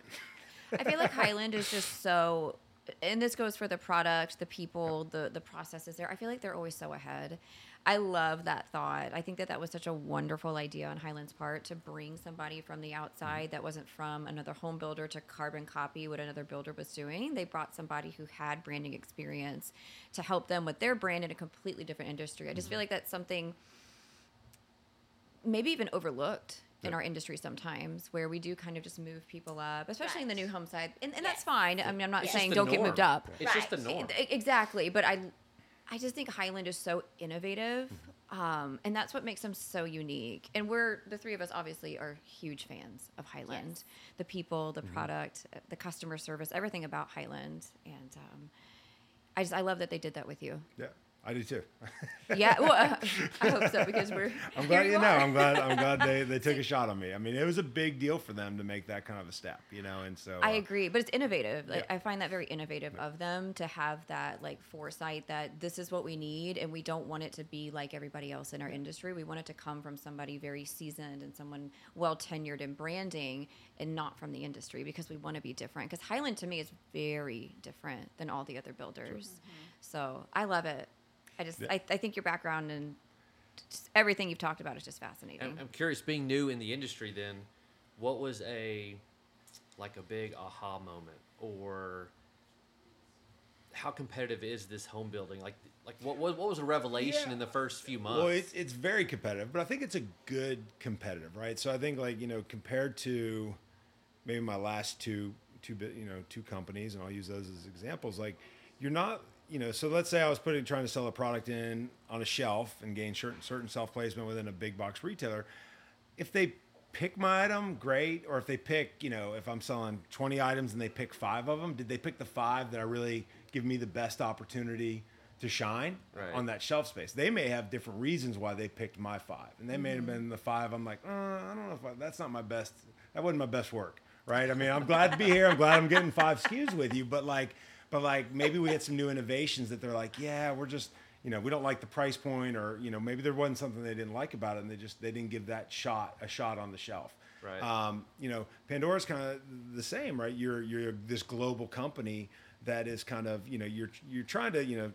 Speaker 2: I feel like Highland is just so, and this goes for the product, the people, the the processes there. I feel like they're always so ahead. I love that thought. I think that that was such a wonderful idea on Highland's part to bring somebody from the outside that wasn't from another home builder to carbon copy what another builder was doing. They brought somebody who had branding experience to help them with their brand in a completely different industry. I just feel like that's something maybe even overlooked in our industry sometimes where we do kind of just move people up especially in the
Speaker 1: Right.
Speaker 2: new home side and, and that's
Speaker 1: Yes.
Speaker 2: fine i mean i'm not
Speaker 3: It's just
Speaker 2: saying
Speaker 3: the
Speaker 2: don't get
Speaker 3: norm.
Speaker 2: moved up
Speaker 3: It's just the
Speaker 1: Right.
Speaker 3: norm.
Speaker 2: E- exactly but i i just think highland is so innovative um, and that's what makes them so unique and we're the three of us obviously are huge fans of highland
Speaker 1: Yes.
Speaker 2: the people
Speaker 4: Mm-hmm.
Speaker 2: the product uh, the customer service everything about highland and um, i just i love that they did that with you
Speaker 4: Yeah. I
Speaker 3: (laughs)
Speaker 4: do too.
Speaker 2: Yeah, well, (laughs) uh, I hope so because we're.
Speaker 4: I'm glad
Speaker 2: here
Speaker 4: you know.
Speaker 2: are.
Speaker 4: I'm glad. I'm glad
Speaker 2: (laughs)
Speaker 4: they, they took a shot on me. I mean, it was a big deal for them to make that kind of a step, you know. And so
Speaker 2: I
Speaker 4: uh,
Speaker 2: agree, but it's innovative. Like,
Speaker 4: Yeah.
Speaker 2: I find that very innovative of them to have that like foresight that this is what we need, and we don't want it to be like everybody else in our industry. We want it to come from somebody very seasoned and someone well tenured in branding, and not from the industry because we want to be different. Because Highland to me is very different than all the other builders, so I love it. I just
Speaker 4: Yeah.
Speaker 2: I, I think your background and just everything you've talked about is just fascinating.
Speaker 3: I'm, I'm curious, being new in the industry, then, what was a like a big aha moment, or how competitive is this home building? Like, like what what, what was a revelation
Speaker 4: Yeah.
Speaker 3: in the first few months?
Speaker 4: Well, it's it's very competitive, but I think it's a good competitive, right? So I think like you know compared to maybe my last two two bit you know two companies, and I'll use those as examples. Like you're not you know so let's say I was putting trying to sell a product in on a shelf and gain certain certain self placement within a big box retailer. If they pick my item, great. Or if they pick you know if I'm selling 20 items and they pick five of them, did they pick the five that are really give me the best opportunity? To shine
Speaker 3: Right.
Speaker 4: on that that shelf space. They may have different reasons why they picked my five, and they may have been the five. I'm like, uh, I don't know if I, that's not my best. That wasn't my best work, right? I mean, I'm glad to be here. I'm glad I'm getting five SKUs with you, but like, but like maybe we had some new innovations that they're like, yeah, we're just you know we don't like the price point, or you know maybe there wasn't something they didn't like about it, and they just they didn't give that shot a shot on the shelf.
Speaker 3: Right.
Speaker 4: Um, um, you know, Pandora's kind of the same, right? You're you're this global company that is kind of you know you're you're trying to you know,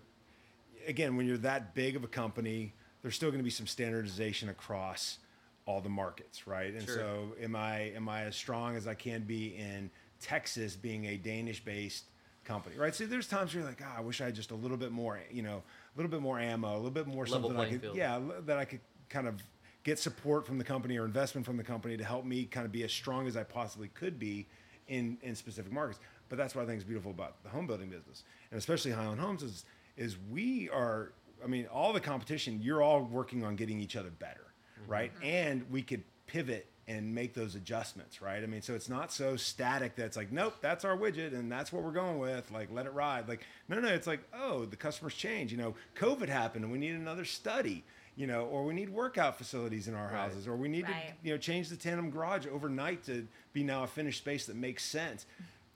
Speaker 4: again, when you're that big of a company, there's still going to be some standardization across all the markets, right? And
Speaker 3: Sure.
Speaker 4: so, am I am I as strong as I can be in Texas, being a Danish-based company, right? So there's times where you're like, ah, I wish I had just a little bit more, you know, a little bit more ammo, a little bit more
Speaker 3: Level
Speaker 4: something I
Speaker 3: playing
Speaker 4: could,
Speaker 3: field.
Speaker 4: yeah, yeah, l- that I could kind of get support from the company or investment from the company to help me kind of be as strong as I possibly could be in in specific markets. But that's what I think is beautiful about the home building business, and especially Highland Homes is is we are. I mean, all the competition. You're all working on getting each other better, Mm-hmm. right? And we could pivot and make those adjustments, right? I mean, so it's not so static that it's like, nope, that's our widget and that's what we're going with. Like, let it ride. Like, no, no, it's like, oh, the customers change. You know, COVID happened and we need another study, you know, or we need workout facilities in our
Speaker 3: Right.
Speaker 4: houses, or we need
Speaker 1: Right.
Speaker 4: to, you know, change the tandem garage overnight to be now a finished space that makes sense.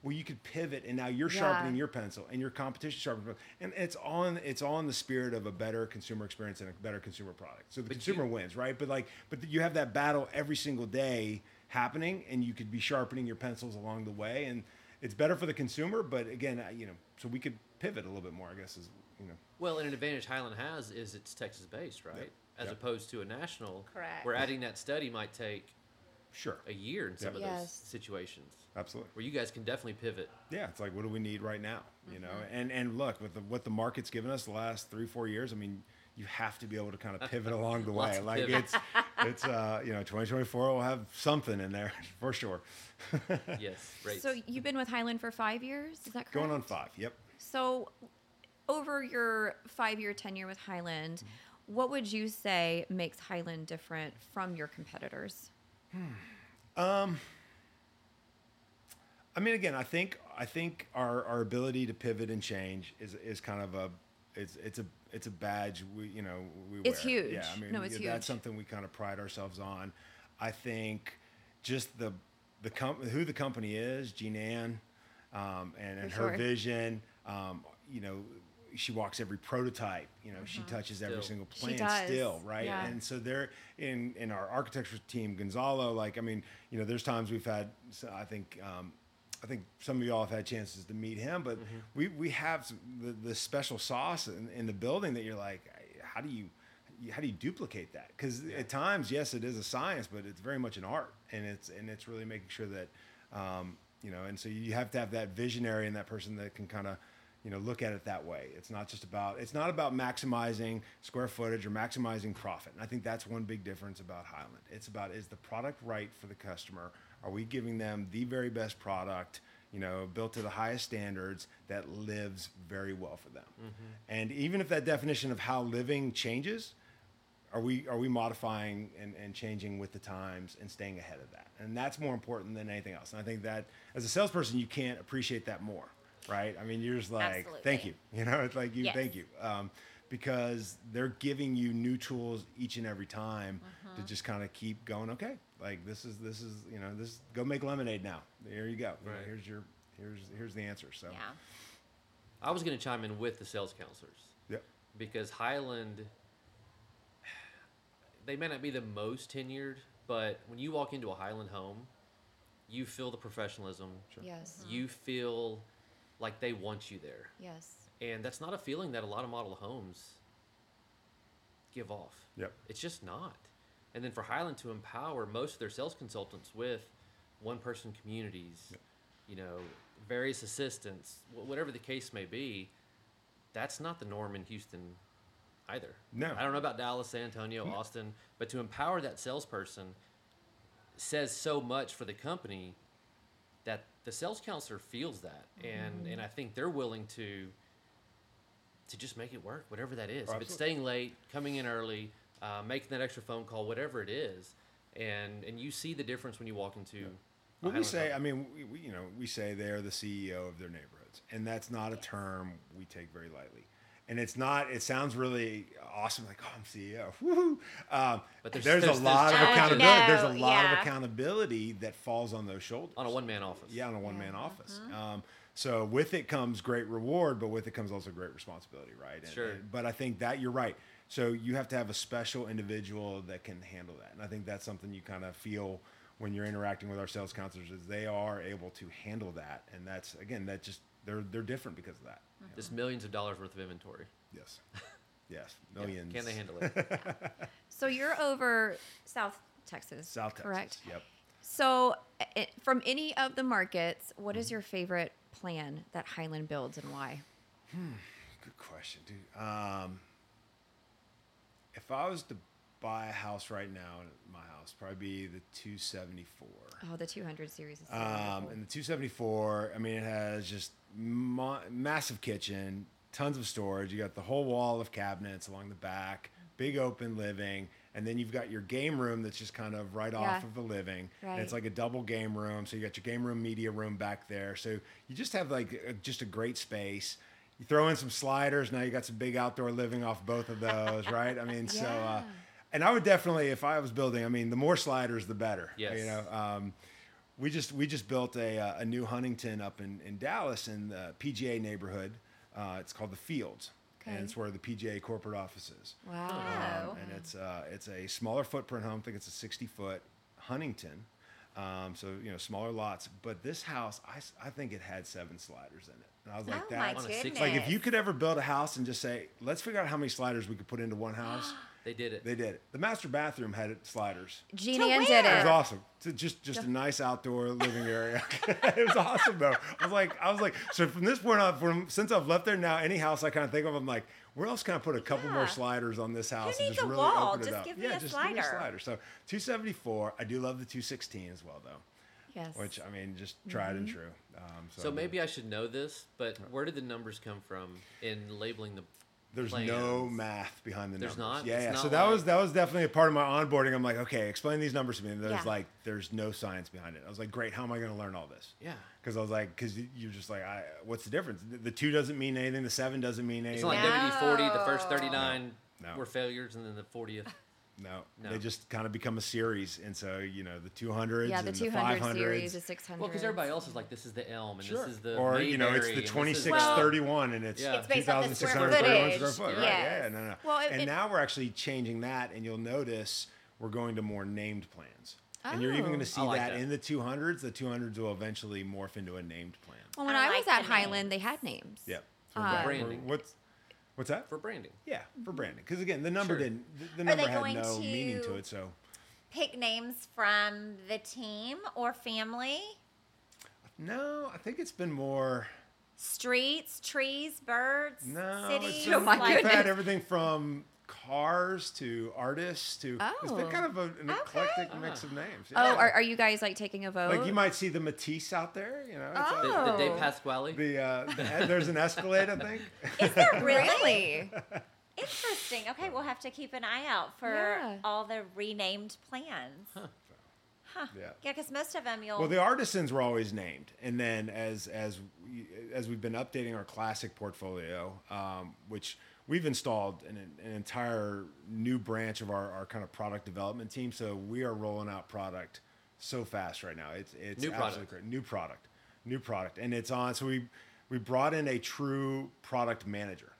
Speaker 4: Well, you could pivot and now you're
Speaker 2: Yeah.
Speaker 4: sharpening your pencil and your competition sharpening. And it's on it's all in the spirit of a better consumer experience and a better consumer product. So the
Speaker 3: But
Speaker 4: consumer
Speaker 3: you-
Speaker 4: wins, right? But like, but you have that battle every single day happening, and you could be sharpening your pencils along the way, and it's better for the consumer. But again, I- you know, so we could pivot a little bit more, I guess. Is you know,
Speaker 3: Well, and an advantage Highland has is it's Texas based, right? As
Speaker 4: Yep.
Speaker 3: opposed to a national,
Speaker 1: Correct.
Speaker 3: Where adding that study might take
Speaker 4: sure,
Speaker 3: a year in some
Speaker 4: Yep.
Speaker 3: of those
Speaker 2: Yes.
Speaker 3: situations,
Speaker 4: absolutely.
Speaker 3: where you guys can definitely
Speaker 4: (laughs)
Speaker 3: pivot.
Speaker 4: yeah it's like what do we need right now you know
Speaker 3: Mm-hmm.
Speaker 4: and and look with the, what the market's given us the last three four years i mean you have to be able to kind of pivot along
Speaker 3: (laughs)
Speaker 4: the
Speaker 3: Lots
Speaker 4: way
Speaker 3: of
Speaker 4: like
Speaker 3: pivots.
Speaker 4: it's it's uh you know 2024 will have something in there (laughs) for sure
Speaker 3: Yes, right.
Speaker 2: So you've been with Highland for five years, is that correct?
Speaker 4: going on five yep
Speaker 2: So, over your five year tenure with Highland,
Speaker 4: Mm-hmm.
Speaker 2: what would you say makes Highland different from your competitors?
Speaker 4: I mean, again, I think I think our, our ability to pivot and change is is kind of a it's it's a it's a badge we you know we
Speaker 2: It's
Speaker 4: wear.
Speaker 2: huge.
Speaker 4: Yeah, I mean,
Speaker 2: No, it's
Speaker 4: yeah,
Speaker 2: huge.
Speaker 4: that's something we kind of pride ourselves on. I think just the the com- who the company is, Jean Ann, um, and and
Speaker 2: For
Speaker 4: her
Speaker 2: sure.
Speaker 4: vision. Um, you know, she walks every prototype. You know,
Speaker 2: Mm-hmm.
Speaker 4: she touches every
Speaker 3: Still.
Speaker 4: single plan
Speaker 2: She does.
Speaker 4: still, right?
Speaker 2: Yeah.
Speaker 4: And so they're in in our architecture team, Gonzalo. Like, I mean, you know, there's times we've had. So I think um, I think some of y'all have had chances to meet him, but we we have some, the, the special sauce in, in the building that you're like, how do you how do you duplicate that? Because at times, yes, it is a science, but it's very much an art, and it's and it's really making sure that um, you know, and so you have to have that visionary and that person that can kind of you know look at it that way it's not just about it's not about maximizing square footage or maximizing profit and i think that's one big difference about highland it's about is the product right for the customer are we giving them the very best product you know built to the highest standards that lives very well for them and even if that definition of how living changes are we are we modifying and, and changing with the times and staying ahead of that and that's more important than anything else and i think that as a salesperson you can't appreciate that more right i mean you're just like thank you (laughs)
Speaker 1: Absolutely.
Speaker 4: you know it's like you
Speaker 1: Yes.
Speaker 4: thank you um, because they're giving you new tools each and every time
Speaker 1: Mm-hmm.
Speaker 4: to just kind of keep going. Okay, like this is this is you know this go make lemonade now. There you go. You know,
Speaker 3: Right.
Speaker 4: here's your here's here's the answer. So
Speaker 1: Yeah.
Speaker 3: I was going to chime in with the sales counselors.
Speaker 4: yeah.
Speaker 3: because Highland, they may not be the most tenured, but when you walk into a Highland home, you feel the professionalism.
Speaker 2: Yes.
Speaker 3: You feel like they want you there.
Speaker 2: Yes.
Speaker 3: And that's not a feeling that a lot of model homes give off.
Speaker 4: Yep.
Speaker 3: It's just not. And then for Highland to empower most of their sales consultants with one person communities, you know, various assistants, wh- whatever the case may be, that's not the norm in Houston either.
Speaker 4: No.
Speaker 3: I don't know about Dallas, San Antonio, Austin, but to empower that salesperson says so much for the company that the sales counselor feels that and
Speaker 4: Mm-hmm.
Speaker 3: and I think they're willing to to just make it work, whatever that is. If it's
Speaker 4: absolutely.
Speaker 3: staying late, coming in early, uh, making that extra phone call, whatever it is, and and you see the difference when you walk into. a
Speaker 4: Well, we
Speaker 3: Highland
Speaker 4: say,
Speaker 3: Home.
Speaker 4: I mean, we, we, you know, we say they're the CEO of their neighborhoods, and that's not a term we take very lightly. And it's not. It sounds really awesome, like oh, I'm CEO. (laughs) Woohoo! Um,
Speaker 3: But
Speaker 4: but
Speaker 3: there's-
Speaker 4: there's,
Speaker 3: there's-
Speaker 4: a
Speaker 3: there's
Speaker 4: lot of
Speaker 3: challenges.
Speaker 4: accountability. there's
Speaker 1: I
Speaker 4: a
Speaker 1: know,
Speaker 4: lot
Speaker 1: yeah.
Speaker 4: of accountability that falls on those shoulders.
Speaker 3: on a one man office.
Speaker 4: yeah, on a one man office. Um, so with it comes great reward, but with it comes also great responsibility, right? And-
Speaker 3: Sure.
Speaker 4: and- but I think that you're right. So you have to have a special individual that can handle that, and I think that's something you kind of feel when you're interacting with our sales counselors is they are able to handle that, and that's again that just they're they're different because of that.
Speaker 3: There's millions of dollars worth of inventory.
Speaker 4: Yes, yes,
Speaker 3: Yeah.
Speaker 4: millions.
Speaker 3: Can they handle
Speaker 4: (laughs)
Speaker 3: it?
Speaker 2: So you're over South Texas.
Speaker 4: South Texas.
Speaker 2: Correct.
Speaker 4: Yep.
Speaker 2: So i- from any of the markets, what
Speaker 4: Mm-hmm.
Speaker 2: is your favorite plan that Highland builds and why?
Speaker 4: Good question, dude. Um, if I was to buy a house right now, my house probably be the two seventy four.
Speaker 2: Oh, the 200 series. Is so
Speaker 4: Um,
Speaker 2: wonderful.
Speaker 4: and the 274, I mean, it has just mo- massive kitchen, tons of storage. You got the whole wall of cabinets along the back, big open living, and then you've got your game room that's just kind of right off
Speaker 2: Yeah.
Speaker 4: of the living. And it's
Speaker 2: Right.
Speaker 4: like a double game room, so you got your game room, media room back there. So you just have like a, just a great space. You throw in some sliders, now you got some big outdoor living off both of those, right? I mean, so. Uh,
Speaker 2: (laughs) Yeah.
Speaker 4: and I would definitely, if I was building, I mean, the more sliders, the better.
Speaker 3: Yes.
Speaker 4: You know, um, we just we just built a, uh, a new Huntington up in, in Dallas in the PGA neighborhood. Uh, it's called the Fields,
Speaker 2: Okay.
Speaker 4: and it's where the PGA corporate office is.
Speaker 2: wow.
Speaker 1: Oh.
Speaker 4: Um, and it's uh, it's a smaller footprint home. I think it's a 60 foot Huntington. Um, so you know, smaller lots. But this house, I, s- I think it had seven sliders in it, and I was like,
Speaker 1: oh
Speaker 4: that.
Speaker 1: my
Speaker 3: On a six-
Speaker 1: goodness.
Speaker 4: Like if you could ever build a house and just say, let's figure out how many sliders we could put into
Speaker 1: (gasps)
Speaker 4: one house.
Speaker 3: They did it.
Speaker 4: They did it. The master bathroom had it, sliders.
Speaker 2: Jean
Speaker 1: To
Speaker 2: Ann did
Speaker 4: It
Speaker 1: where?
Speaker 2: it.
Speaker 4: was awesome. To just just a nice outdoor living area. (laughs) it was awesome though. I was like, I was like, so from this point on, from since I've left there now, any house I kind of think of, I'm like, where else can I put a couple
Speaker 1: Yeah.
Speaker 4: more sliders on this house and
Speaker 1: needs
Speaker 4: just
Speaker 1: a
Speaker 4: really
Speaker 1: wall?
Speaker 4: open it
Speaker 1: Just
Speaker 4: up?
Speaker 1: give me
Speaker 4: yeah,
Speaker 1: a
Speaker 4: just give me a
Speaker 1: slider.
Speaker 4: slider. So 274. I do love the 216 as well though,
Speaker 2: Yes.
Speaker 4: which I mean, just tried and
Speaker 1: Mm-hmm.
Speaker 4: true. Um, so
Speaker 3: So maybe I should know this, but where did the numbers come from in labeling the?
Speaker 4: There's
Speaker 3: plans?
Speaker 4: no math behind the
Speaker 3: There's
Speaker 4: numbers.
Speaker 3: not?
Speaker 4: Yeah,
Speaker 3: It's
Speaker 4: yeah.
Speaker 3: not
Speaker 4: so that
Speaker 3: like-
Speaker 4: was that was definitely a part of my onboarding. I'm like, okay, explain these numbers to me. And there's
Speaker 1: Yeah.
Speaker 4: like, there's no science behind it. I was like, great. How am I going to learn all this?
Speaker 3: Yeah.
Speaker 4: Because I was like, because you're just like, I, what's the difference? The, the two doesn't mean anything. The seven doesn't mean
Speaker 3: It's
Speaker 4: anything.
Speaker 3: not like WD forty. The first
Speaker 1: No.
Speaker 3: thirty nine
Speaker 4: No.
Speaker 3: were failures, and then the fortieth.
Speaker 4: no,
Speaker 3: No.
Speaker 4: they just kind of become a series. And so you know, the 200s,
Speaker 2: yeah, the
Speaker 4: and
Speaker 2: 200
Speaker 4: 500s,
Speaker 2: series, the 600.
Speaker 3: Well, because everybody else is like, this is the elm, and
Speaker 4: Sure.
Speaker 3: this is the
Speaker 4: or you know, it's
Speaker 3: Mayberry,
Speaker 4: the
Speaker 3: and this is
Speaker 4: 2631, and it's
Speaker 3: Yeah. It's
Speaker 1: based on the square
Speaker 4: 2,631
Speaker 1: footage.
Speaker 4: square foot, right?
Speaker 1: Yes.
Speaker 4: Yeah, no, no.
Speaker 2: Well, it-
Speaker 4: and
Speaker 2: it-
Speaker 4: now we're actually changing that, and you'll notice we're going to more named plans, and you're even
Speaker 2: Oh.
Speaker 4: going to see
Speaker 3: I like
Speaker 4: that,
Speaker 3: that.
Speaker 4: in the 200s. The 200s will eventually morph into a named plan.
Speaker 2: Well, when
Speaker 1: I
Speaker 2: I, was
Speaker 1: like
Speaker 2: at
Speaker 1: the name.
Speaker 2: Highland, they had names.
Speaker 4: Yep.
Speaker 2: Uh,
Speaker 4: we're-
Speaker 3: Branding.
Speaker 4: What's what's that?
Speaker 3: for branding.
Speaker 4: Yeah, for branding. Because again, the number
Speaker 3: Sure.
Speaker 4: didn't. The, the number
Speaker 1: they
Speaker 4: had
Speaker 1: going
Speaker 4: no
Speaker 1: to-
Speaker 4: meaning to it. So
Speaker 1: Pick names from the team or family,
Speaker 4: no, I think it's been more.
Speaker 1: streets, trees, birds,
Speaker 4: No, it's
Speaker 1: cities.
Speaker 4: been,
Speaker 2: Oh my
Speaker 4: we've
Speaker 2: goodness.
Speaker 4: had everything from cars to artists to. It's been
Speaker 2: Oh.
Speaker 4: kind of a, an eclectic mix of names.
Speaker 2: Oh,
Speaker 4: yeah.
Speaker 2: are, are you guys like taking a vote?
Speaker 4: like you might see the Matisse out there. You know,
Speaker 3: The,
Speaker 4: it's
Speaker 3: the De
Speaker 2: Oh.
Speaker 4: a,
Speaker 3: Pasquale.
Speaker 4: the, uh, the there's an Escalade, I think.
Speaker 1: Is there really?
Speaker 2: Really?
Speaker 1: Interesting. Okay, we'll have to keep an eye out for
Speaker 2: Yeah.
Speaker 1: all the renamed plans. Huh.
Speaker 4: Yeah.
Speaker 1: Yeah, because most of them you'll.
Speaker 4: Well, the artisans were always named, and then as as we- as we've been updating our classic portfolio, um, which we've installed an, an entire new branch of our, our kind of product development team. So we are rolling out product so fast right now. It's it's
Speaker 3: New
Speaker 4: absolutely
Speaker 3: product.
Speaker 4: cra- new product, new product, and it's on. So we we brought in a true product manager.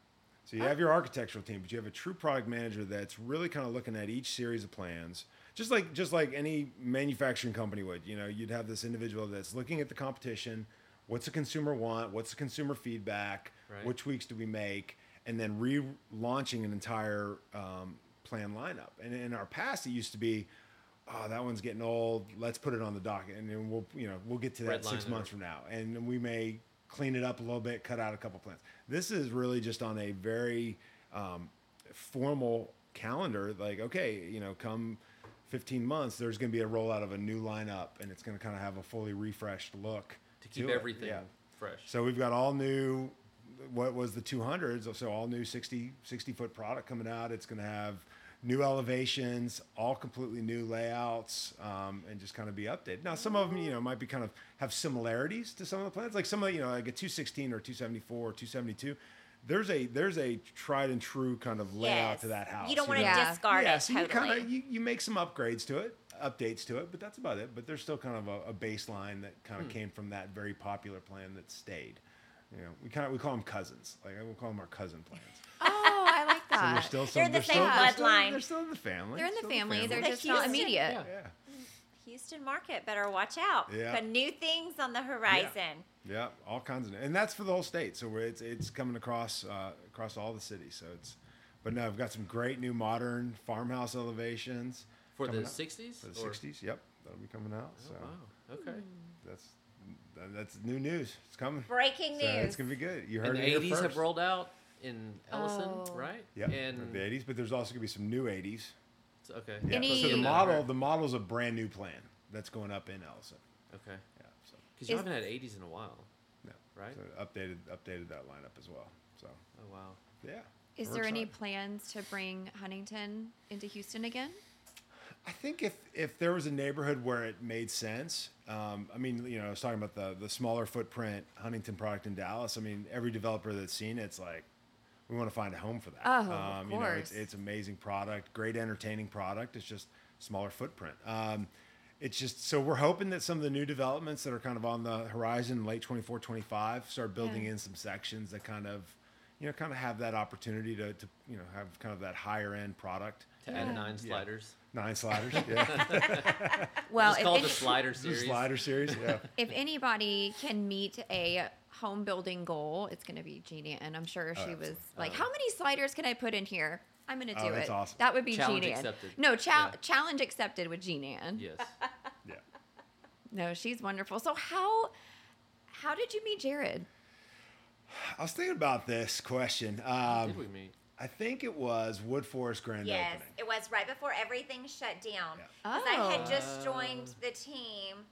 Speaker 4: So you have your architectural team, but you have a true product manager that's really kind of looking at each series of plans, just like just like any manufacturing company would. You know, you'd have this individual that's looking at the competition. What's the consumer want? What's the consumer feedback?
Speaker 3: Right.
Speaker 4: What tweaks do we make? And then relaunching an entire um, plan lineup. And in our past, it used to be, oh, that one's getting old. Let's put it on the docket, and then we'll you know we'll get to that
Speaker 3: Redline
Speaker 4: six
Speaker 3: it
Speaker 4: months
Speaker 3: or-
Speaker 4: from now, and we may clean it up a little bit, cut out a couple plants. This is really just on a very um, formal calendar. Like, okay, you know, come 15 months, there's going to be a rollout of a new lineup, and it's going to kind of have a fully refreshed look
Speaker 3: to keep
Speaker 4: it.
Speaker 3: everything
Speaker 4: Yeah.
Speaker 3: fresh.
Speaker 4: So we've got all new, what was the 200s, so all new 60, 60 foot product coming out. It's going to have new elevations, all completely new layouts, um, and just kind of be updated. Now, some of them, you know, might be kind of have similarities to some of the plans, like some of, you know, like a 216 or 274 or 272. There's a the's a tried and true kind of layout
Speaker 1: Yes.
Speaker 4: to that house.
Speaker 1: You don't want to
Speaker 4: know?
Speaker 2: Yeah.
Speaker 1: discard
Speaker 4: yeah,
Speaker 1: it
Speaker 4: so
Speaker 1: totally.
Speaker 4: you kind of you, you make some upgrades to it, updates to it, but that's about it. But there's still kind of a, a baseline that kind of came from that very popular plan that stayed. You know, we kind of we call them cousins. Like I will call them our cousin plans.
Speaker 2: Oh, I like
Speaker 4: So
Speaker 2: that.
Speaker 4: there's still
Speaker 1: They're
Speaker 4: some.
Speaker 1: the
Speaker 4: they're
Speaker 1: same
Speaker 4: still, they're still-
Speaker 1: bloodline.
Speaker 4: They're still in the family.
Speaker 2: They're in the
Speaker 4: still
Speaker 2: family. They're
Speaker 1: The
Speaker 2: just not
Speaker 1: Houston-
Speaker 2: immediate.
Speaker 3: Yeah.
Speaker 4: yeah,
Speaker 1: Houston market better watch out.
Speaker 4: Yeah.
Speaker 1: Got new things on the horizon.
Speaker 4: yeah, all kinds of, and that's for the whole state. So we're- it's it's coming across uh, across all the cities. So it's, but no, I've got some great new modern farmhouse elevations
Speaker 3: For the
Speaker 4: coming up.
Speaker 3: sixties? oh,
Speaker 4: for the '60s. Yep, that'll be coming out. so.
Speaker 3: Wow.
Speaker 2: Mm.
Speaker 3: Okay.
Speaker 4: That's that- that's new news. It's coming.
Speaker 1: Breaking
Speaker 4: So
Speaker 1: news.
Speaker 4: it's gonna be good. You
Speaker 3: And
Speaker 4: heard
Speaker 3: the
Speaker 4: it here
Speaker 3: eighties
Speaker 4: first.
Speaker 3: have rolled out in Ellison,
Speaker 2: Oh.
Speaker 3: right?
Speaker 4: Yeah,
Speaker 3: And
Speaker 4: the eighties, but there's also gonna be some new eighties.
Speaker 3: it's- okay.
Speaker 4: Yeah.
Speaker 2: Any-
Speaker 4: So the
Speaker 2: Yeah.
Speaker 4: model, the model's a brand new plan that's going up in Ellison.
Speaker 3: Okay.
Speaker 4: Yeah. So
Speaker 3: Because you
Speaker 2: Is-
Speaker 3: haven't had eighties in a while.
Speaker 4: no.
Speaker 3: Right.
Speaker 4: So updated, updated that lineup as well. So
Speaker 3: Oh wow.
Speaker 4: yeah.
Speaker 2: Is
Speaker 4: we're
Speaker 2: there any
Speaker 4: excited.
Speaker 2: plans to bring Huntington into Houston again?
Speaker 4: I think if if there was a neighborhood where it made sense, um, I mean, you know, I was talking about the the smaller footprint Huntington product in Dallas. I mean, every developer that's seen it's like, we want to find a home for that.
Speaker 2: Oh,
Speaker 4: Um,
Speaker 2: of
Speaker 4: You know, it's,
Speaker 2: course.
Speaker 4: it's amazing product, great entertaining product. It's just smaller footprint. Um, it's just so we're hoping that some of the new developments that are kind of on the horizon, late 24, 25, start building
Speaker 2: Yeah.
Speaker 4: in some sections that kind of, you know, kind of have that opportunity to, to you know, have kind of that higher end product.
Speaker 3: To add
Speaker 2: Yeah.
Speaker 3: nine sliders.
Speaker 2: (laughs)
Speaker 4: Nine sliders, yeah.
Speaker 2: Well,
Speaker 3: Just
Speaker 2: if,
Speaker 3: call it
Speaker 2: any-
Speaker 3: the slider
Speaker 4: The
Speaker 3: series. (laughs)
Speaker 4: Slider series, yeah.
Speaker 2: if anybody can meet a home building goal, it's going to be Jeannie. And I'm
Speaker 4: Oh,
Speaker 2: sure she was like, "How many sliders can I put in here? I'm going to
Speaker 4: Oh,
Speaker 2: do
Speaker 4: that's
Speaker 2: it."
Speaker 4: awesome.
Speaker 2: That would be
Speaker 3: Challenge
Speaker 2: Jeannie.
Speaker 3: accepted.
Speaker 2: No, chal-
Speaker 3: Yeah.
Speaker 2: challenge accepted with Jeannie. Ann.
Speaker 3: Yes.
Speaker 4: yeah.
Speaker 2: No, she's wonderful. So how how did you meet Jared?
Speaker 4: I was thinking about this question.
Speaker 3: Did
Speaker 4: Um,
Speaker 3: we meet?
Speaker 4: I think it was Wood Forest Grand
Speaker 1: Yes,
Speaker 4: Opening.
Speaker 1: it was right before everything shut down.
Speaker 4: Yeah.
Speaker 1: 'Cause I had
Speaker 2: Oh.
Speaker 1: just joined the team,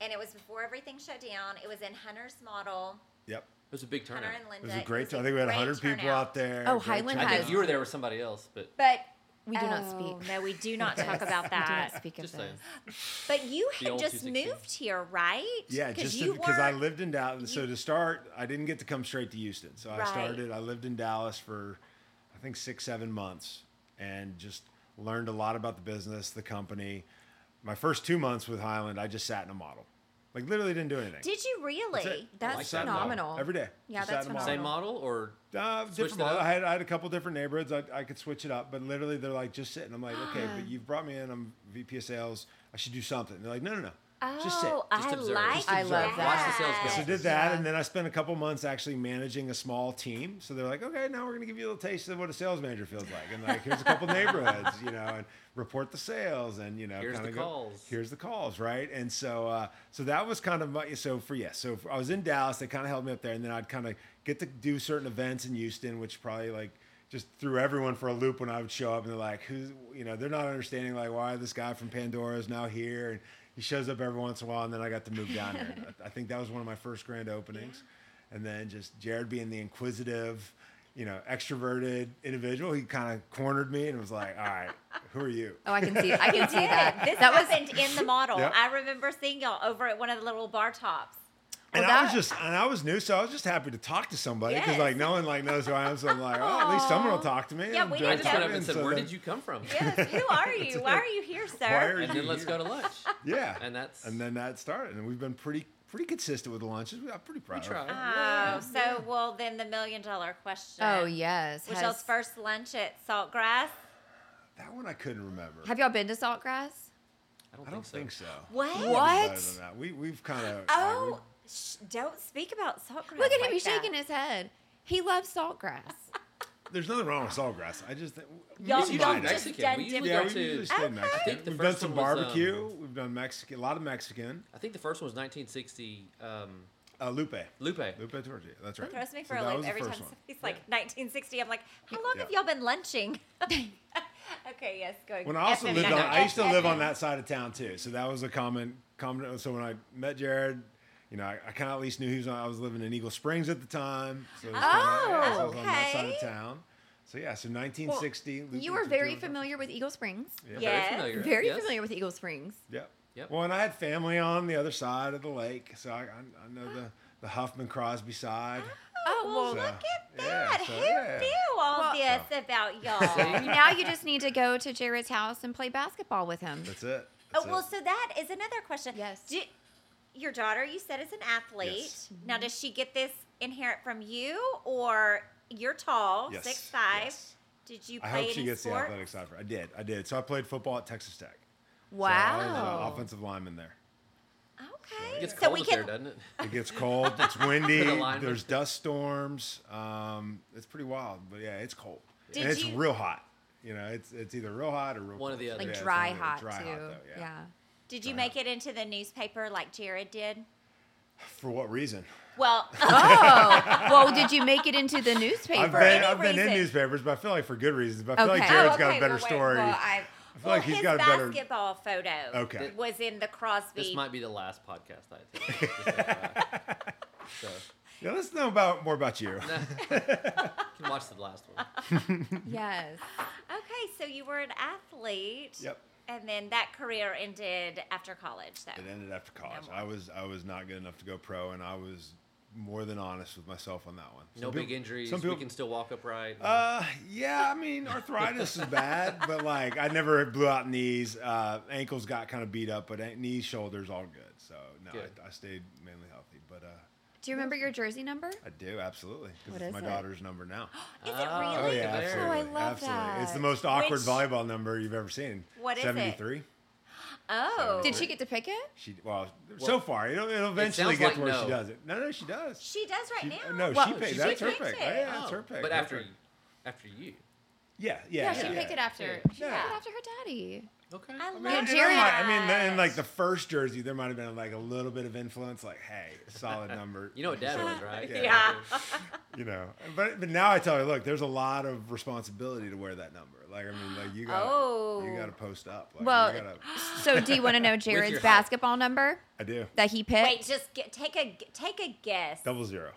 Speaker 1: and it was before everything shut down. It was in Hunter's model.
Speaker 4: Yep.
Speaker 3: It was a big turnout.
Speaker 1: Hunter and
Speaker 4: It
Speaker 1: Linda.
Speaker 4: was a great. I
Speaker 1: a
Speaker 4: think we had
Speaker 1: great
Speaker 4: 100 people
Speaker 1: turnout.
Speaker 4: out there.
Speaker 2: Oh,
Speaker 4: Great
Speaker 2: Highland
Speaker 4: turnout.
Speaker 3: I think
Speaker 2: has-
Speaker 3: you were there with somebody else, but
Speaker 1: But
Speaker 2: We do not
Speaker 1: Oh,
Speaker 2: speak.
Speaker 1: No, we do
Speaker 2: (laughs)
Speaker 1: not talk about
Speaker 2: I
Speaker 1: that.
Speaker 2: do not speak of
Speaker 3: Just
Speaker 2: this.
Speaker 3: saying.
Speaker 1: But you
Speaker 3: The
Speaker 1: had
Speaker 3: old
Speaker 1: just
Speaker 3: 216.
Speaker 1: moved here, right?
Speaker 4: Yeah, just
Speaker 1: you
Speaker 4: because I
Speaker 1: weren't-
Speaker 4: lived in Dallas. so
Speaker 1: you-
Speaker 4: to start, I didn't get to come straight to Houston. So I
Speaker 1: Right.
Speaker 4: started. I lived in Dallas for, I think six, seven months, and just learned a lot about the business, the company. My first two months with Highland, I just sat in a model, like literally didn't do anything.
Speaker 1: Did you really?
Speaker 4: That's it.
Speaker 2: That's
Speaker 3: like that model.
Speaker 2: phenomenal.
Speaker 4: Every day.
Speaker 2: Yeah,
Speaker 4: Just
Speaker 2: that's
Speaker 4: add them all.
Speaker 3: same
Speaker 2: phenomenal.
Speaker 3: model or
Speaker 4: Uh,
Speaker 3: Switched
Speaker 4: different
Speaker 3: it
Speaker 4: model.
Speaker 3: up?
Speaker 4: I had, I had a couple different neighborhoods. I, I could switch it up, but literally they're like, just sit. And I'm like, okay, but you've brought me in. I'm VP of sales. I should do something. And they're like, no, no, no.
Speaker 1: Oh,
Speaker 4: just sit.
Speaker 1: I
Speaker 3: observe.
Speaker 1: like
Speaker 3: Just
Speaker 2: I love
Speaker 1: that.
Speaker 2: observe. Watch
Speaker 3: the sales
Speaker 4: So I
Speaker 3: guys.
Speaker 4: did that,
Speaker 2: Yeah.
Speaker 4: and then I spent a couple months actually managing a small team. So they're like, okay, now we're gonna give you a little taste of what a sales manager feels like, and like here's
Speaker 3: (laughs)
Speaker 4: a couple neighborhoods, you know, and report the sales, and you know,
Speaker 3: Here's
Speaker 4: kinda
Speaker 3: the
Speaker 4: go-
Speaker 3: calls.
Speaker 4: here's the calls, right? And so, uh, so that was kind of my so for yes, so I was in Dallas, they kind of held me up there, and then I'd kind of get to do certain events in Houston, which probably like. Just threw everyone for a loop when I would show up, and they're like, "Who's you know?" They're not understanding like why this guy from Pandora is now here, and he shows up every once in a while, and then I got to move down there. And I I think that was one of my first grand openings, and then just Jared being the inquisitive, you know, extroverted individual, he kind of cornered me and was like, "All right, who are you?"
Speaker 2: Oh, I can see. I can see
Speaker 1: Yeah,
Speaker 2: that.
Speaker 1: This
Speaker 2: that was
Speaker 1: happened in the model.
Speaker 4: Yep.
Speaker 1: I remember seeing y'all over at one of the little bar tops.
Speaker 4: And
Speaker 2: Well,
Speaker 4: I was
Speaker 2: that-
Speaker 4: just, and I was new, so I was just happy to talk to somebody because
Speaker 1: Yes.
Speaker 4: like no one like knows who I am, so I'm like, oh, at least someone will talk to me.
Speaker 1: Yeah,
Speaker 4: and
Speaker 1: we
Speaker 4: enjoy
Speaker 3: I
Speaker 1: didn't
Speaker 3: just
Speaker 1: Yeah.
Speaker 3: went
Speaker 4: talking,
Speaker 3: up and said,
Speaker 4: so
Speaker 3: "Where
Speaker 4: then-
Speaker 3: did you come from?"
Speaker 4: (laughs)
Speaker 1: Yes. Who are you? Why are you here,
Speaker 4: Why are
Speaker 1: sir?
Speaker 3: And then let's go to lunch.
Speaker 4: Yeah,
Speaker 3: And that's
Speaker 4: and then that started, and we've been pretty pretty consistent with the lunches. I'm pretty proud.
Speaker 3: we
Speaker 4: of
Speaker 3: try.
Speaker 4: it.
Speaker 1: Oh, so well then the million dollar question.
Speaker 2: Oh yes.
Speaker 1: Was
Speaker 2: Has-
Speaker 1: y'all's first lunch at Saltgrass?
Speaker 4: That one I couldn't remember.
Speaker 2: Have y'all been to Saltgrass?
Speaker 3: I
Speaker 4: I don't think so.
Speaker 1: What?
Speaker 4: I think it's better
Speaker 2: What?
Speaker 4: than that. We we've kind of
Speaker 1: Oh, sh- don't speak about Saltgrass.
Speaker 2: Look at him.
Speaker 1: like
Speaker 2: He's
Speaker 1: that.
Speaker 2: shaking his head. He loves
Speaker 4: (laughs)
Speaker 2: saltgrass.
Speaker 4: there's nothing wrong with saltgrass. I just think
Speaker 1: Y'all-
Speaker 4: we
Speaker 1: y'all
Speaker 4: might,
Speaker 1: just
Speaker 4: actually.
Speaker 3: Mexican.
Speaker 1: done
Speaker 3: We usually
Speaker 4: yeah,
Speaker 1: different-
Speaker 3: go
Speaker 4: we
Speaker 3: to.
Speaker 4: usually stay Mexican.
Speaker 3: I think the
Speaker 4: We've done
Speaker 3: first
Speaker 4: some
Speaker 3: one was, um,
Speaker 4: barbecue. We've done Mexican, a lot of Mexican.
Speaker 3: I think the first one was 1960. Um,
Speaker 4: Uh, Lupe,
Speaker 3: Lupe.
Speaker 4: Lupe Tortilla. That's right.
Speaker 1: It throws me
Speaker 4: So
Speaker 1: for
Speaker 4: that
Speaker 1: a
Speaker 4: was
Speaker 1: loop
Speaker 4: the
Speaker 1: every time
Speaker 4: first one.
Speaker 1: he's like 1960. I'm like, how long
Speaker 4: Yeah.
Speaker 1: have y'all been
Speaker 4: (laughs)
Speaker 1: lunching? (laughs) okay, yes, go.
Speaker 4: When I also
Speaker 1: FM,
Speaker 4: lived on, I used to
Speaker 1: FM.
Speaker 4: live on that side of town too, so that was a common common. So when I met Jared, you know, I, I kind of at least knew he was. On, I was living in Eagle Springs at the time, so, it was kinda- so I was on that side
Speaker 1: Oh, okay.
Speaker 4: of town. So yeah, so 1960. Lupe
Speaker 2: you were very
Speaker 4: Tortilla.
Speaker 2: familiar with Eagle Springs.
Speaker 4: Yeah.
Speaker 1: Yes.
Speaker 3: Very familiar.
Speaker 2: Very
Speaker 3: yes.
Speaker 2: familiar with Eagle Springs.
Speaker 4: Yeah.
Speaker 3: Yep.
Speaker 4: Well, and I had family on the other side of the lake, so I, I, I know the the Huffman Crosby side.
Speaker 2: Oh,
Speaker 1: Well,
Speaker 2: well,
Speaker 4: So-
Speaker 1: look at
Speaker 4: yeah,
Speaker 1: that.
Speaker 4: so,
Speaker 1: Who
Speaker 4: yeah.
Speaker 1: knew all
Speaker 2: Well-
Speaker 1: this
Speaker 4: (laughs)
Speaker 1: about y'all? Oh,
Speaker 3: See?
Speaker 2: Um, now you just need to go to Jared's house and play basketball with him.
Speaker 4: That's it.
Speaker 1: oh,
Speaker 4: That's
Speaker 1: well,
Speaker 4: it.
Speaker 1: so that is another question.
Speaker 2: Yes.
Speaker 1: Do, your daughter, you said, is an athlete.
Speaker 4: Yes.
Speaker 3: Mm-hmm.
Speaker 1: Now, does she get this inherent from you, or you're tall,
Speaker 4: Yes,
Speaker 1: six five?
Speaker 4: yes.
Speaker 1: Did you
Speaker 4: I
Speaker 1: play
Speaker 4: hope she
Speaker 1: any
Speaker 4: gets the
Speaker 1: sports?
Speaker 4: athletic side. for- I did. I did. So I played football at Texas Tech. So I was an
Speaker 2: wow.
Speaker 4: offensive lineman there.
Speaker 1: Okay.
Speaker 3: It gets
Speaker 1: so
Speaker 3: cold
Speaker 1: we
Speaker 3: up
Speaker 1: can.
Speaker 3: there, doesn't it?
Speaker 4: (laughs) It gets cold.
Speaker 3: (laughs)
Speaker 4: It's windy.
Speaker 3: For the linemen.
Speaker 4: There's dust storms. Um, it's pretty wild, but yeah, it's cold.
Speaker 1: Did
Speaker 4: and it's
Speaker 1: you-
Speaker 4: real hot. You know, it's it's either real hot or real
Speaker 3: One or
Speaker 4: cold.
Speaker 3: the other.
Speaker 2: like
Speaker 4: Yeah, it's
Speaker 2: dry
Speaker 4: one or the other.
Speaker 2: hot
Speaker 4: Dry
Speaker 2: too.
Speaker 4: hot, though,
Speaker 2: yeah.
Speaker 1: Did
Speaker 4: Uh-huh.
Speaker 1: you make it into the newspaper like Jared did?
Speaker 4: For what reason?
Speaker 1: Well, (laughs)
Speaker 4: (laughs)
Speaker 2: Oh, well, did you make it into the newspaper?
Speaker 4: I've been
Speaker 1: any
Speaker 4: I've been in
Speaker 1: reason.
Speaker 4: newspapers, but I feel like for good reasons. But I feel like
Speaker 2: Okay.
Speaker 4: Jared's
Speaker 1: oh,
Speaker 2: Jared's
Speaker 4: got a better story.
Speaker 1: I,
Speaker 4: feel like he's
Speaker 1: his
Speaker 4: got a better-
Speaker 1: basketball photo.
Speaker 4: Okay.
Speaker 1: Was in the Crosby.
Speaker 3: This might be the last podcast I attend. Just FYI.
Speaker 4: (laughs)
Speaker 3: so
Speaker 4: yeah, let's know about more about
Speaker 3: (laughs)
Speaker 4: you.
Speaker 3: you can watch the last one.
Speaker 2: yes.
Speaker 1: Okay, so you were an athlete.
Speaker 4: Yep.
Speaker 1: And then that career ended after college, though.
Speaker 4: It ended after college.
Speaker 1: more.
Speaker 4: I was I was not good enough to go pro, and I was more than honest with myself on that one.
Speaker 3: No
Speaker 4: Some peop-
Speaker 3: big injuries.
Speaker 4: Some people,
Speaker 3: we can still walk upright.
Speaker 4: Uh, yeah, I mean arthritis is bad, but like I never blew out knees. Uh, ankles got kind of beat up, but an- knees, shoulders, all good. So no,
Speaker 3: Good.
Speaker 4: I, I stayed mainly healthy. But uh,
Speaker 2: Do you remember your jersey number?
Speaker 4: I do absolutely 'cause
Speaker 2: What
Speaker 4: it's
Speaker 2: is
Speaker 4: my
Speaker 2: it?
Speaker 4: daughter's
Speaker 2: (gasps)
Speaker 4: number now.
Speaker 1: Is it
Speaker 3: Ah,
Speaker 1: really?
Speaker 4: Oh yeah,
Speaker 3: There.
Speaker 4: absolutely,
Speaker 2: Oh, I love
Speaker 4: absolutely. It's the
Speaker 2: that.
Speaker 4: most awkward
Speaker 1: Which-
Speaker 4: volleyball number you've ever seen.
Speaker 1: What is it?
Speaker 4: Seventy-three.
Speaker 1: Oh.
Speaker 2: Did she get to pick it?
Speaker 4: She well, so far it'll, it'll eventually
Speaker 3: sounds
Speaker 4: get
Speaker 3: like
Speaker 4: to where
Speaker 3: no.
Speaker 4: she does it. No, no, she does.
Speaker 1: She does right
Speaker 4: She-
Speaker 1: now.
Speaker 4: No,
Speaker 2: Well,
Speaker 4: she picked.
Speaker 2: she
Speaker 4: that's her
Speaker 1: picked
Speaker 4: pick.
Speaker 1: it.
Speaker 4: Oh, yeah, that's
Speaker 3: Oh,
Speaker 4: her pick.
Speaker 3: But
Speaker 4: That's
Speaker 3: after,
Speaker 4: her-
Speaker 3: after you.
Speaker 4: yeah,
Speaker 2: Yeah,
Speaker 4: yeah,
Speaker 2: she
Speaker 3: yeah.
Speaker 2: picked it after. She
Speaker 4: Yeah.
Speaker 2: picked it after her daddy.
Speaker 3: Okay.
Speaker 1: I love
Speaker 4: I mean,
Speaker 2: Yeah,
Speaker 4: and
Speaker 1: that.
Speaker 4: there
Speaker 2: Jared-
Speaker 4: might- I mean, then in like the first jersey, there might have been like a little bit of influence, like, hey,
Speaker 3: (laughs)
Speaker 4: solid number.
Speaker 3: You know what dad was, right?
Speaker 4: Yeah.
Speaker 1: Yeah.
Speaker 4: You know, but but now I tell her, look, there's a lot of responsibility to wear that number. Like, I mean, like you got,
Speaker 1: Oh.
Speaker 4: you got to post up. Like,
Speaker 2: Well,
Speaker 4: you gotta,
Speaker 2: (gasps) So, do you want to know Jared's
Speaker 3: your-
Speaker 2: basketball number
Speaker 4: I do
Speaker 2: that he picked?
Speaker 1: Wait, just get, take a gu- take a guess.
Speaker 4: double zero.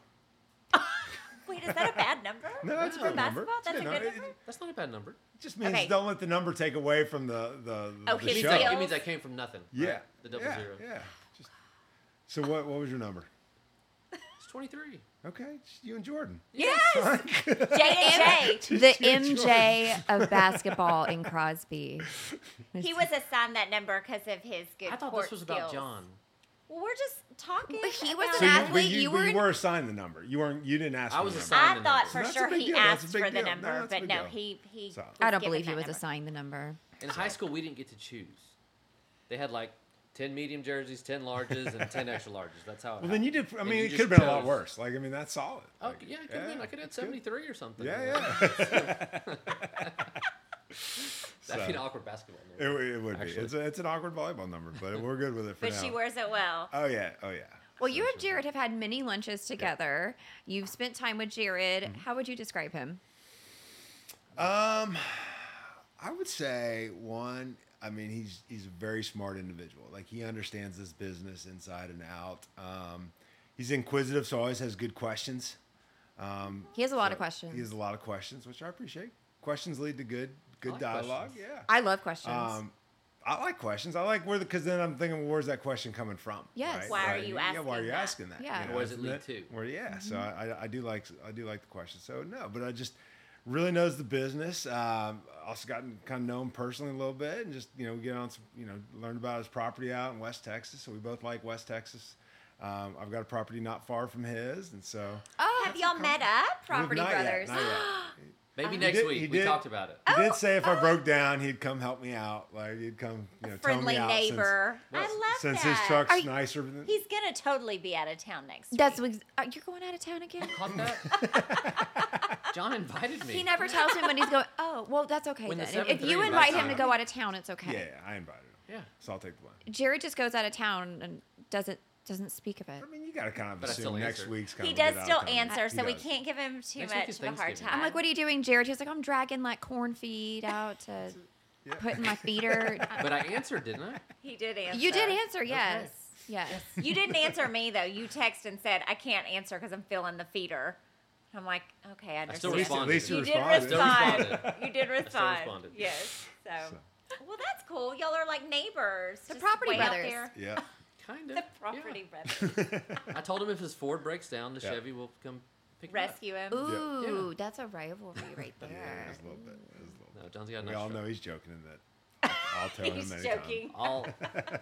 Speaker 1: Wait, is that a bad number?
Speaker 4: (laughs) No, that's a
Speaker 3: For
Speaker 4: good number.
Speaker 1: basketball,
Speaker 4: It's
Speaker 1: that's a
Speaker 4: number.
Speaker 1: good
Speaker 4: It-
Speaker 1: number?
Speaker 3: That's not a bad number.
Speaker 4: It just means
Speaker 1: Okay.
Speaker 4: don't let the number take away from the the, the,
Speaker 1: Oh,
Speaker 4: the
Speaker 3: It means,
Speaker 4: show.
Speaker 1: Sure.
Speaker 3: I,
Speaker 1: Feels-
Speaker 3: it means I came from nothing. right?
Speaker 4: Yeah,
Speaker 3: The double
Speaker 4: yeah,
Speaker 3: zero.
Speaker 4: Yeah. Just, so what what was your number?
Speaker 3: It's 23.
Speaker 4: Okay, just you and Jordan.
Speaker 1: Yes.
Speaker 4: (laughs)
Speaker 1: J and J.
Speaker 2: the MJ of basketball in Crosby.
Speaker 1: He was assigned that number because of his good.
Speaker 3: I thought
Speaker 1: court
Speaker 3: this was about
Speaker 1: skills.
Speaker 3: John.
Speaker 1: Well, we're just talking.
Speaker 2: But he
Speaker 1: about-
Speaker 2: was an
Speaker 4: So you,
Speaker 2: athlete.
Speaker 4: but you,
Speaker 2: you
Speaker 4: but
Speaker 2: were-
Speaker 4: you were assigned the number. You weren't. You didn't ask.
Speaker 3: I
Speaker 4: for
Speaker 3: was
Speaker 4: the
Speaker 3: assigned-
Speaker 1: I
Speaker 3: the
Speaker 1: thought
Speaker 3: number.
Speaker 1: for
Speaker 4: That's a
Speaker 1: sure
Speaker 4: big
Speaker 1: he
Speaker 4: deal. That's a
Speaker 1: asked
Speaker 4: big
Speaker 1: for the
Speaker 4: deal. No,
Speaker 1: number,
Speaker 4: that's a
Speaker 1: but
Speaker 4: big
Speaker 1: no,
Speaker 4: deal.
Speaker 1: he he.
Speaker 4: So-
Speaker 1: was
Speaker 2: I don't
Speaker 1: given
Speaker 2: believe he
Speaker 1: that
Speaker 2: was
Speaker 1: number.
Speaker 2: assigned the number.
Speaker 3: In high school, we didn't get to choose. They had like 10 medium jerseys, 10 larges, and 10 extra larges. That's how it
Speaker 4: (laughs) Well, then you
Speaker 3: happened.
Speaker 4: did. I
Speaker 3: And
Speaker 4: mean,
Speaker 3: you
Speaker 4: it
Speaker 3: just
Speaker 4: could have been a
Speaker 3: chose-
Speaker 4: lot worse. Like, I mean, that's solid.
Speaker 3: Oh,
Speaker 4: Like,
Speaker 3: yeah, it could have been. I could have had
Speaker 4: it's good.
Speaker 3: 73 or something.
Speaker 4: Yeah,
Speaker 3: Like,
Speaker 4: (laughs) yeah.
Speaker 3: That'd be an
Speaker 4: So-
Speaker 3: awkward basketball.
Speaker 4: it,
Speaker 3: number.
Speaker 4: w- it would
Speaker 3: Actually.
Speaker 4: be. It's, a, it's an awkward volleyball number, but we're good with it for
Speaker 1: But
Speaker 4: now.
Speaker 1: she wears it well.
Speaker 4: Oh yeah. Oh yeah.
Speaker 2: Well, you
Speaker 4: So-
Speaker 2: and
Speaker 4: so-
Speaker 2: Jared have had many lunches together. You've spent time with Jared. How would you describe him?
Speaker 4: Um, I would say one. I mean, he's he's a very smart individual. Like he understands this business inside and out. Um, he's inquisitive, so always has good questions. Um,
Speaker 2: He has a lot
Speaker 4: so
Speaker 2: of questions.
Speaker 4: He has a lot of questions, which I appreciate. Questions lead to good good
Speaker 3: like
Speaker 4: dialogue.
Speaker 3: questions.
Speaker 4: Yeah.
Speaker 2: I love questions.
Speaker 4: Um, I like questions. I like where the because then I'm thinking, well, where's that question coming from?
Speaker 2: Yes.
Speaker 1: Why are
Speaker 4: Like,
Speaker 1: you
Speaker 4: Yeah, why
Speaker 1: asking that? Mm-hmm.
Speaker 4: are you asking that?
Speaker 2: Yeah.
Speaker 4: you know,
Speaker 3: Where does it
Speaker 4: isn't
Speaker 3: lead to?
Speaker 4: Where yeah. So I, I I do like I do like the question. So no, but I just really knows the business. Um, also gotten kind of know him personally a little bit, and just you know get on some you know learned about his property out in West Texas. So we both like West Texas. Um, I've got a property not far from his, and so
Speaker 1: Oh, have y'all met up,
Speaker 4: We've
Speaker 1: Property
Speaker 4: not yet,
Speaker 1: Brothers? (gasps) Oh,
Speaker 4: not yet.
Speaker 3: Maybe
Speaker 1: He
Speaker 3: next
Speaker 4: did- he
Speaker 3: week. We
Speaker 4: did.
Speaker 3: talked about it.
Speaker 4: He did say if I broke down, he'd come help me out. Like he'd come, you know, tow
Speaker 1: Friendly
Speaker 4: me out since-
Speaker 1: neighbor. I
Speaker 3: Well,
Speaker 1: love
Speaker 4: Since,
Speaker 1: that.
Speaker 4: his truck's
Speaker 2: Are you-
Speaker 4: nicer than
Speaker 1: He's gonna totally be out of town next week.
Speaker 2: That's what, uh, you're going out of town again.
Speaker 3: Caught that?
Speaker 4: (laughs)
Speaker 3: John invited me.
Speaker 2: He never tells me when he's going. Oh, well, that's okay
Speaker 3: When the
Speaker 2: then. If- If
Speaker 3: 7-3
Speaker 2: you
Speaker 3: is
Speaker 2: invite
Speaker 4: out.
Speaker 2: him to go out of town, it's okay.
Speaker 4: yeah, I invited him.
Speaker 3: Yeah.
Speaker 4: So I'll take the blame.
Speaker 2: Jared just goes out of town and doesn't doesn't speak of it.
Speaker 4: I mean, you gotta kind of
Speaker 3: But I still
Speaker 4: assume next
Speaker 3: answered.
Speaker 4: week's kind
Speaker 1: he
Speaker 4: of
Speaker 1: does
Speaker 4: get out
Speaker 1: still
Speaker 4: of town.
Speaker 1: answer,
Speaker 4: He
Speaker 1: so we
Speaker 4: does.
Speaker 1: can't give him too
Speaker 3: Next week
Speaker 1: much
Speaker 3: is
Speaker 1: of a hard
Speaker 3: Thanksgiving.
Speaker 1: time.
Speaker 2: I'm like, what are you doing, Jared? He's like, I'm dragging like corn (laughs) feed out to
Speaker 4: Yeah.
Speaker 2: put
Speaker 4: (laughs)
Speaker 2: in my feeder. (laughs)
Speaker 3: But I answered, didn't I?
Speaker 1: He did answer.
Speaker 2: you did answer, yes, yes.
Speaker 1: You didn't answer me though. You texted and said I can't answer because I'm feeling the feeder. I'm like, okay, I
Speaker 3: I
Speaker 1: understand.
Speaker 3: still responded.
Speaker 4: At least
Speaker 1: You
Speaker 4: you
Speaker 1: did
Speaker 4: responded.
Speaker 1: respond.
Speaker 3: responded.
Speaker 1: You did respond.
Speaker 3: responded.
Speaker 1: Yes. So.
Speaker 4: So.
Speaker 1: Well, that's cool. Y'all are like neighbors. The
Speaker 2: Property Brothers.
Speaker 4: Yeah.
Speaker 3: Kind
Speaker 1: (laughs)
Speaker 3: of.
Speaker 1: The
Speaker 3: yeah.
Speaker 1: property brothers.
Speaker 3: I told him if his Ford breaks down, the
Speaker 4: Yeah.
Speaker 3: Chevy will come pick
Speaker 1: Rescue him.
Speaker 2: Ooh, that's a rivalry right
Speaker 4: (laughs) Yeah,
Speaker 2: there.
Speaker 4: it was a little bit. It was a little
Speaker 3: Him up.
Speaker 4: bit.
Speaker 3: No, John's got a
Speaker 4: we
Speaker 3: nice
Speaker 4: all
Speaker 3: truck.
Speaker 4: know he's joking
Speaker 1: (laughs)
Speaker 4: in that. I'll tell
Speaker 1: He's
Speaker 4: him anytime.
Speaker 1: joking.
Speaker 3: (laughs)
Speaker 4: (laughs)
Speaker 3: All,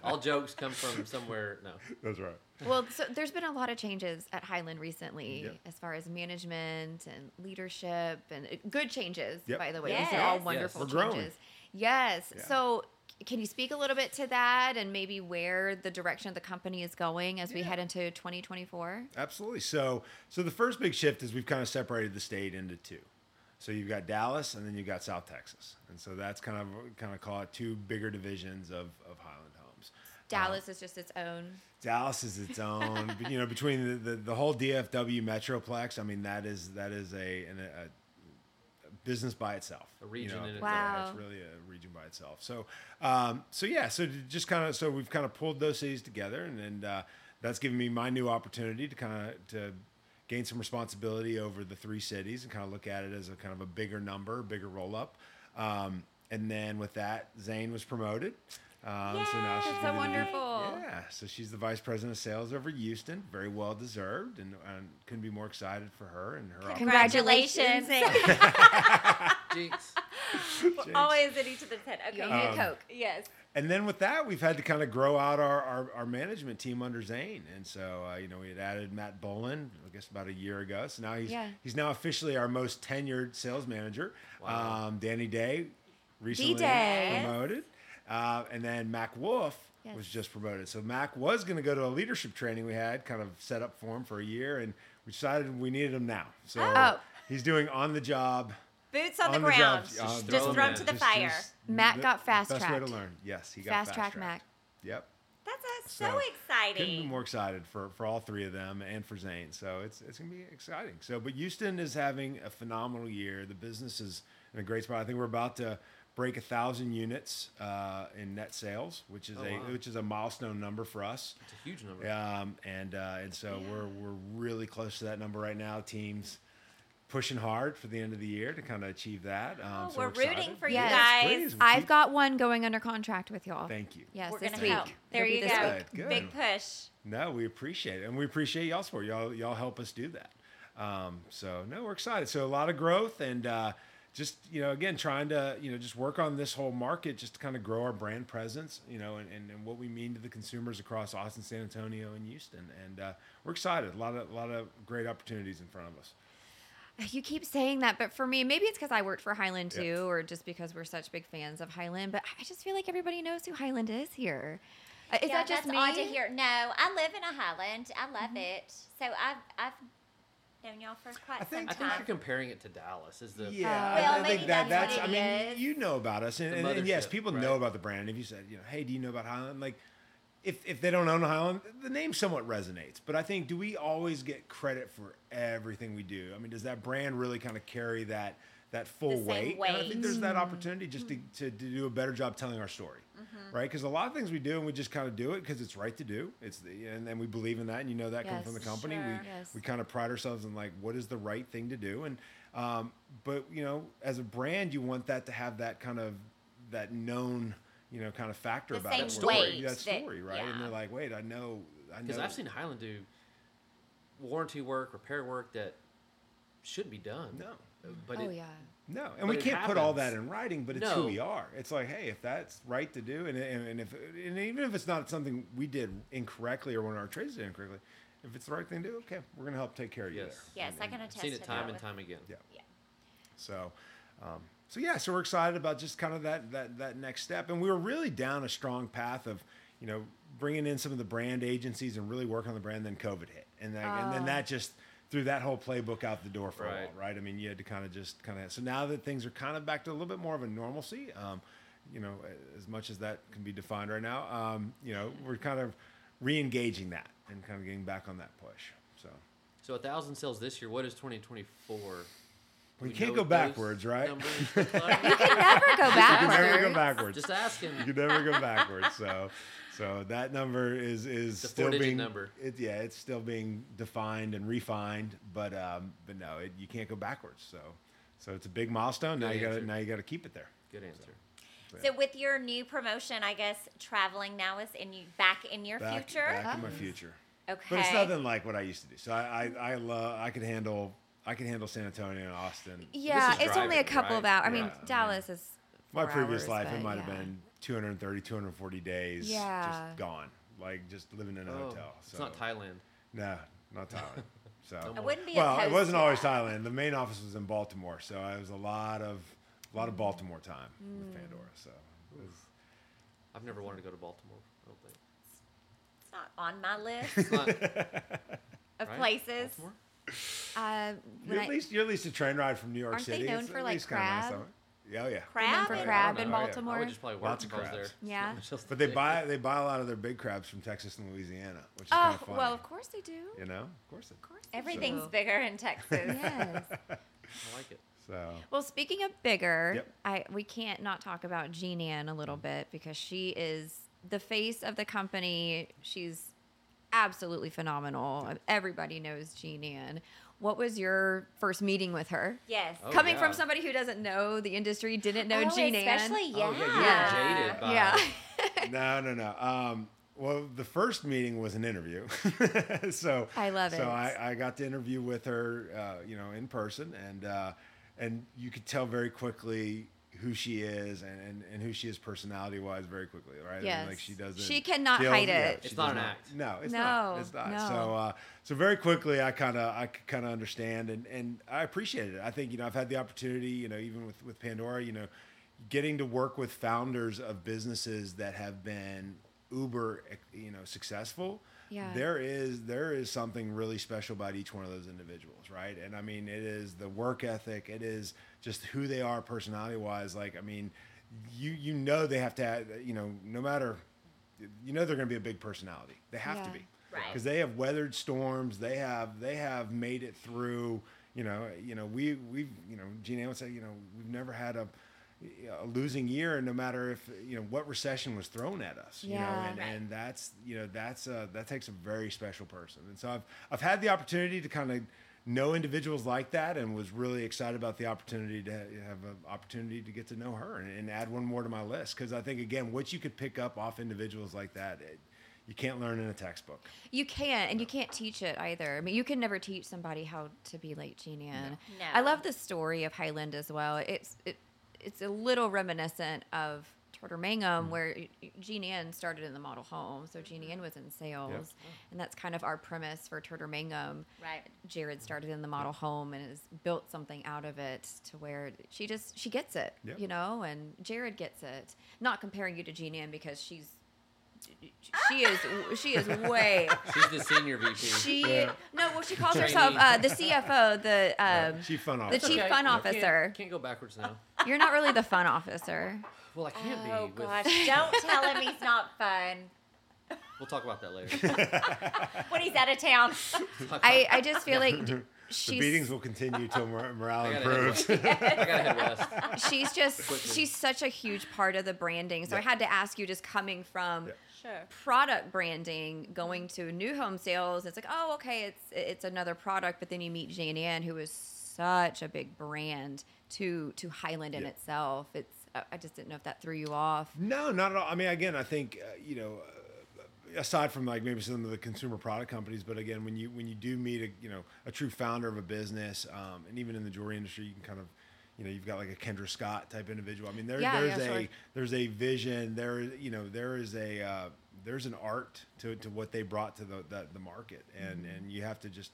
Speaker 3: all jokes come from somewhere. No.
Speaker 4: That's right.
Speaker 2: Well, so there's been a lot of changes at Highland recently
Speaker 4: Yep.
Speaker 2: as far as management and leadership and uh, good changes,
Speaker 4: Yep.
Speaker 2: by the way. These are all
Speaker 1: Yes.
Speaker 2: wonderful
Speaker 4: Yes. We're growing.
Speaker 2: changes. Yes.
Speaker 4: Yeah.
Speaker 2: So c- can you speak a little bit to that and maybe where the direction of the company is going as we head into 2024?
Speaker 4: Uh, Absolutely. So, so the first big shift is we've kind of separated the state into two. So you've got Dallas, and then you've got South Texas, and so that's kind of kind of call it two bigger divisions of of Highland Homes. Um,
Speaker 2: Dallas is just its own.
Speaker 4: Dallas is its own, but, you know, between the, the, the whole DFW metroplex. I mean, that is that is a an, a, a business by itself.
Speaker 3: A region
Speaker 4: you know,
Speaker 3: in
Speaker 4: yeah,
Speaker 3: itself.
Speaker 2: Wow.
Speaker 1: Oh.
Speaker 4: it's really a region by itself. So, um, so yeah, so to just kind of so we've kind of pulled those cities together, and, and uh, that's given me my new opportunity to kind of to gain some responsibility over the three cities and kind of look at it as a kind of a bigger number, bigger roll up. Um, and then with that, Zane was promoted. Um, so now
Speaker 1: Yay!
Speaker 4: she's
Speaker 1: That's
Speaker 4: gonna
Speaker 2: So
Speaker 4: be-
Speaker 2: wonderful.
Speaker 4: yeah, so she's the vice president of sales over Houston. Very well deserved, and, and couldn't be more excited for her and her. opportunity.
Speaker 1: (laughs)
Speaker 2: Congratulations.
Speaker 1: Congratulations.
Speaker 3: (laughs) Jinx.
Speaker 1: We're Always an each other's head. Okay.
Speaker 2: You owe me a Coke.
Speaker 1: yes.
Speaker 4: And then with that, we've had to kind of grow out our, our, our management team under Zane. And so, uh, you know, we had added Matt Bolin, I guess, about a year ago. So now he's
Speaker 2: Yeah.
Speaker 4: he's now officially our most tenured sales manager.
Speaker 3: Wow.
Speaker 4: Um, Danny Day recently
Speaker 2: D-Day.
Speaker 4: promoted. Uh, and then Mac Wolf
Speaker 2: Yes.
Speaker 4: was just promoted. So Mac was going to go to a leadership training we had kind of set up for him for a year. And we decided we needed him now. So
Speaker 2: Oh.
Speaker 4: he's doing on the job.
Speaker 1: Boots on, the,
Speaker 4: job,
Speaker 1: ground.
Speaker 4: uh,
Speaker 3: Just
Speaker 1: throw
Speaker 4: development.
Speaker 1: him to the fire.
Speaker 2: Matt
Speaker 4: the
Speaker 2: got
Speaker 4: Best way to
Speaker 2: fast-tracked.
Speaker 4: learn. Yes, he got
Speaker 2: Fast track,
Speaker 4: fast-tracked.
Speaker 2: Mac.
Speaker 4: Yep.
Speaker 1: That's uh, so,
Speaker 4: So, Couldn't be
Speaker 1: exciting.
Speaker 4: more excited for, for all three of them and for Zane. So it's it's gonna be exciting. So, but Houston is having a phenomenal year. The business is in a great spot. I think we're about to break a thousand units uh, in net sales, which is
Speaker 3: Oh,
Speaker 4: a
Speaker 3: wow.
Speaker 4: which is a milestone number for us.
Speaker 3: It's a huge number.
Speaker 4: Um, and uh, and so we're we're really close to that number right now. Teams pushing hard for the end of the year to kind of achieve that. Um,
Speaker 1: Oh,
Speaker 4: so
Speaker 1: we're rooting
Speaker 4: excited.
Speaker 1: for
Speaker 2: Yes.
Speaker 1: you guys.
Speaker 4: Please, we
Speaker 2: I've
Speaker 4: keep-
Speaker 2: got one going under contract with y'all.
Speaker 4: Um, Thank you.
Speaker 2: Yes,
Speaker 1: We're
Speaker 2: this
Speaker 1: gonna
Speaker 2: week.
Speaker 1: help. There
Speaker 2: It'll be
Speaker 1: you
Speaker 2: this
Speaker 1: go.
Speaker 2: week.
Speaker 4: Good,
Speaker 1: Big
Speaker 4: good.
Speaker 1: push.
Speaker 4: No, we appreciate it, and we appreciate y'all's support. Y'all, y'all help us do that. Um, so no, we're excited. So a lot of growth, and uh, just you know, again, trying to you know just work on this whole market, just to kind of grow our brand presence, you know, and, and, and what we mean to the consumers across Austin, San Antonio, and Houston. And uh, we're excited. A lot of a lot of great opportunities in front of us.
Speaker 2: You keep saying that, but for me, maybe it's because I worked for Highland
Speaker 4: Yeah.
Speaker 2: too, or just because we're such big fans of Highland. But I just feel like everybody knows who Highland is here. Uh, Is
Speaker 1: yeah,
Speaker 2: that just
Speaker 1: that's
Speaker 2: me? Mm-hmm.
Speaker 1: odd to hear. No, I live in a Highland. I love it. So I've I've known y'all for quite
Speaker 4: I think-
Speaker 3: I
Speaker 1: some
Speaker 3: think
Speaker 1: time.
Speaker 3: you're comparing it to Dallas. Is the
Speaker 4: Yeah,
Speaker 2: Well,
Speaker 4: I, I
Speaker 1: Oh, maybe
Speaker 4: think that
Speaker 1: that's
Speaker 4: that's.
Speaker 1: what
Speaker 4: I
Speaker 1: it
Speaker 4: mean,
Speaker 1: is.
Speaker 4: you know about us, and,
Speaker 3: The
Speaker 4: and, and yes,
Speaker 3: mothership,
Speaker 4: people
Speaker 3: right?
Speaker 4: know about the brand. And if you said, you know, hey, do you know about Highland? Like, if if they don't own Highland, the name somewhat resonates. But I think, do we always get credit for everything we do? I mean, does that brand really kind of carry that that full
Speaker 1: same
Speaker 4: weight? And I
Speaker 1: weight.
Speaker 4: think there's that opportunity just to, to, to do a better job telling our story.
Speaker 1: Mm-hmm.
Speaker 4: Right, because a lot of things we do, and we just kind of do it because it's right to do. It's the, and then we believe in that, and you know that comes from the
Speaker 2: Yes,
Speaker 4: company.
Speaker 1: sure.
Speaker 4: We
Speaker 2: Yes.
Speaker 4: we kind of pride ourselves in like what is the right thing to do and um, but you know as a brand you want that to have that kind of that known you know, kind of factor
Speaker 1: The
Speaker 4: about
Speaker 1: same
Speaker 4: it. where-
Speaker 1: weight
Speaker 4: that
Speaker 1: that-
Speaker 4: story, right?
Speaker 1: yeah.
Speaker 4: And they're like, wait, I know, I
Speaker 3: Because
Speaker 4: know.
Speaker 3: I've seen Highland do warranty work, repair work that should be done. Uh,
Speaker 4: No.
Speaker 3: But
Speaker 2: oh
Speaker 3: it-
Speaker 2: yeah.
Speaker 4: (laughs) No, and we
Speaker 3: it
Speaker 4: can't put all that
Speaker 3: happens.
Speaker 4: in writing, but it's
Speaker 3: No.
Speaker 4: who we are. It's like, hey, if that's right to do, and and, and if and even if it's not something we did incorrectly or one of our trades did incorrectly, if it's the right thing to do, okay, we're gonna help take care of you
Speaker 3: Yes.
Speaker 4: there.
Speaker 1: Yes, I can
Speaker 3: I've
Speaker 1: attest
Speaker 3: seen
Speaker 1: to
Speaker 3: it
Speaker 1: that
Speaker 3: time and
Speaker 1: with-
Speaker 3: time again.
Speaker 4: Yeah.
Speaker 1: Yeah.
Speaker 4: So, um, so yeah, so we're excited about just kind of that that that next step, and we were really down a strong path of, you know, bringing in some of the brand agencies and really working on the brand. Then COVID hit, and then, and then that just threw that whole playbook out the door for a while,
Speaker 3: Right.
Speaker 4: right? I mean, you had to kind of just kind of. So now that things are kind of back to a little bit more of a normalcy, um, you know, as much as that can be defined right now, um, you know, we're kind of re-engaging that and kind of getting back on that push. So.
Speaker 3: So a thousand sales this year. What is 2024?
Speaker 4: We,
Speaker 3: know
Speaker 4: can't
Speaker 3: what
Speaker 4: go
Speaker 3: those
Speaker 4: backwards, right?
Speaker 3: numbers
Speaker 4: (laughs)
Speaker 3: look like?
Speaker 2: You can never go
Speaker 4: We
Speaker 2: backwards.
Speaker 4: never go backwards.
Speaker 3: Just asking.
Speaker 4: You can never go backwards. So, so that number is is
Speaker 3: a
Speaker 4: still
Speaker 3: four-digit
Speaker 4: being
Speaker 3: number.
Speaker 4: It, yeah, it's still being defined and refined, but um, but no, it, you can't go backwards. So, so it's a big milestone. Now
Speaker 3: Good
Speaker 4: you got to
Speaker 3: answer.
Speaker 4: now you got to keep it there.
Speaker 3: Good answer.
Speaker 1: So with your new promotion, I guess traveling now is in you back in your
Speaker 4: Back,
Speaker 1: future.
Speaker 4: back
Speaker 2: Uh-huh.
Speaker 4: in my future.
Speaker 1: Okay.
Speaker 4: But it's nothing like what I used to do. So I I, I love I could handle I could handle San Antonio and Austin.
Speaker 2: Yeah,
Speaker 3: is
Speaker 2: it's only a
Speaker 3: driving,
Speaker 2: couple of
Speaker 3: right?
Speaker 2: hours. I mean,
Speaker 4: Yeah, I mean,
Speaker 2: Dallas is.
Speaker 4: my
Speaker 2: four
Speaker 4: previous
Speaker 2: hours,
Speaker 4: life it
Speaker 2: but
Speaker 4: might have
Speaker 2: yeah.
Speaker 4: been 230 240 days
Speaker 2: Yeah.
Speaker 4: just gone like just living in a
Speaker 3: Oh,
Speaker 4: hotel
Speaker 3: It's not Thailand.
Speaker 4: No,
Speaker 3: (laughs)
Speaker 4: not Thailand. So
Speaker 1: I wouldn't be
Speaker 4: well. It
Speaker 1: opposed
Speaker 4: wasn't
Speaker 1: to
Speaker 4: always
Speaker 1: that.
Speaker 4: Thailand. The main office was in Baltimore, so it was a lot of a lot of Baltimore time
Speaker 2: Mm.
Speaker 4: with Pandora. So it was-
Speaker 3: I've never wanted to go to Baltimore. I don't think.
Speaker 1: It's not on my list
Speaker 4: (laughs)
Speaker 3: It's not,
Speaker 1: of
Speaker 3: right?
Speaker 1: places.
Speaker 3: Baltimore?
Speaker 2: Uh, when
Speaker 4: you're at
Speaker 2: I,
Speaker 4: least you're at least a train ride from New York
Speaker 2: Aren't they
Speaker 4: City.
Speaker 2: known
Speaker 4: It's
Speaker 2: for,
Speaker 4: at
Speaker 2: like,
Speaker 4: least kinda nice,
Speaker 2: crab?
Speaker 4: though. Yeah, oh yeah.
Speaker 1: Crab
Speaker 2: for
Speaker 1: and-
Speaker 2: crab
Speaker 3: I don't
Speaker 2: in
Speaker 3: know. Oh, yeah. I
Speaker 2: Baltimore?
Speaker 3: would just probably work
Speaker 4: Lots of
Speaker 3: if I was
Speaker 4: crabs.
Speaker 3: there.
Speaker 2: Yeah.
Speaker 3: Just
Speaker 4: But they
Speaker 3: the-
Speaker 4: buy they buy a lot of their big crabs from Texas and Louisiana, which is kind
Speaker 2: oh
Speaker 4: of funny.
Speaker 2: well, of course they do.
Speaker 4: You know, of course. It,
Speaker 2: Of course they
Speaker 1: Everything's
Speaker 2: do.
Speaker 1: bigger in Texas.
Speaker 2: Yes.
Speaker 3: I like it.
Speaker 4: so
Speaker 2: Well, speaking of bigger,
Speaker 4: Yep.
Speaker 2: I we can't not talk about Jean Ann a little bit because she is the face of the company. She's absolutely phenomenal. Everybody knows Jean Ann. What was your first meeting with her?
Speaker 1: yes.
Speaker 3: Oh,
Speaker 2: Coming from
Speaker 3: yeah.
Speaker 2: somebody who doesn't know the industry, didn't know
Speaker 1: Oh,
Speaker 2: Jean Ann.
Speaker 1: especially yeah.
Speaker 3: Oh, yeah, you were jaded by-
Speaker 2: yeah.
Speaker 4: (laughs) no, no, no. Um, well, the first meeting was an interview, (laughs) so
Speaker 2: I love it.
Speaker 4: So I, I got to interview with her, uh, you know, in person, and uh, and you could tell very quickly who she is and, and, and who she is personality wise very quickly, right? I mean,
Speaker 2: Yes.
Speaker 4: like she
Speaker 2: She
Speaker 4: doesn't.
Speaker 2: cannot
Speaker 4: deal-
Speaker 2: hide
Speaker 4: yeah,
Speaker 2: it.
Speaker 4: she
Speaker 3: It's
Speaker 4: does
Speaker 3: not an act.
Speaker 4: No, it's
Speaker 2: No,
Speaker 4: not. It's not.
Speaker 2: no.
Speaker 4: So uh, so very quickly, I kind of I kind of understand and and I appreciate it. I think you know I've had the opportunity, you know, even with with Pandora, you know, getting to work with founders of businesses that have been uber you know successful
Speaker 2: Yeah.
Speaker 4: there is there is something really special about each one of those individuals right and i mean it is the work ethic it is just who they are personality wise like i mean you you know they have to have, you know no matter you know they're going to be a big personality they have to
Speaker 2: Yeah.
Speaker 4: be
Speaker 1: Right.
Speaker 4: because they have weathered storms they have they have made it through you know you know we we've you know gene Ann would say you know we've never had a a losing year no matter if you know what recession was thrown at us you know
Speaker 2: Yeah.
Speaker 4: and,
Speaker 1: Right.
Speaker 4: and that's you know that's uh that takes a very special person and so i've i've had the opportunity to kind of know individuals like that and was really excited about the opportunity to ha- have an opportunity to get to know her and, and add one more to my list because i think again what you could pick up off individuals like that it, you can't learn in a textbook
Speaker 2: You can't, and you can't teach it either. I mean, you can never teach somebody how to be late, Jean Ann.
Speaker 1: No.
Speaker 2: I love the story of Highland as well. It's it, it's a little reminiscent of Turtle Mangum, where Jean Ann started in the model home, so Jean Ann was in sales, and that's kind of our premise for Turtle Mangum.
Speaker 1: Right.
Speaker 2: Jared started in the model home and has built something out of it to where she just she gets it,
Speaker 4: Yep.
Speaker 2: you know, and Jared gets it. Not comparing you to Jean Ann because she's she is she is way
Speaker 3: (laughs) She's the senior VP.
Speaker 2: she
Speaker 4: Yeah.
Speaker 2: no well she calls
Speaker 3: Trainee.
Speaker 2: herself uh, the CFO the um,
Speaker 4: chief fun
Speaker 2: the
Speaker 4: officer
Speaker 2: chief fun
Speaker 3: Can't-
Speaker 2: officer.
Speaker 3: Can't go backwards now.
Speaker 2: You're not really the fun officer.
Speaker 3: Well, I can't be.
Speaker 1: Oh
Speaker 3: with-
Speaker 1: gosh, don't tell him he's not fun
Speaker 3: We'll talk about that
Speaker 2: (laughs)
Speaker 3: later.
Speaker 1: when he's out of
Speaker 3: (laughs)
Speaker 1: town.
Speaker 2: I, I just feel like d-
Speaker 4: (laughs) the
Speaker 2: she's
Speaker 4: beatings will continue till mor- morale
Speaker 3: I gotta head
Speaker 4: improves
Speaker 3: west. I gotta head
Speaker 2: (laughs)
Speaker 3: west.
Speaker 2: she's
Speaker 4: (laughs)
Speaker 2: just
Speaker 3: Quickly.
Speaker 2: she's such a huge part of the branding. So I had to ask you just coming from
Speaker 4: Yeah.
Speaker 1: Sure.
Speaker 2: product branding going to new home sales. It's like oh okay it's it's another product, but then you meet Jane Ann who is such a big brand to to Highland in
Speaker 4: Yeah.
Speaker 2: itself. It's I- I just didn't know if that threw you off.
Speaker 4: No, not at all. I mean, again, I think uh, you know, uh, aside from like maybe some of the consumer product companies, but again, when you when you do meet a you know a true founder of a business, um, and even in the jewelry industry, you can kind of you know you've got like a Kendra Scott type individual. I mean, there,
Speaker 2: Yeah,
Speaker 4: there's
Speaker 2: yeah,
Speaker 4: a
Speaker 2: sure.
Speaker 4: there's a vision. There is you know there is a uh, there's an art to to what they brought to the the, the market, and and you have to just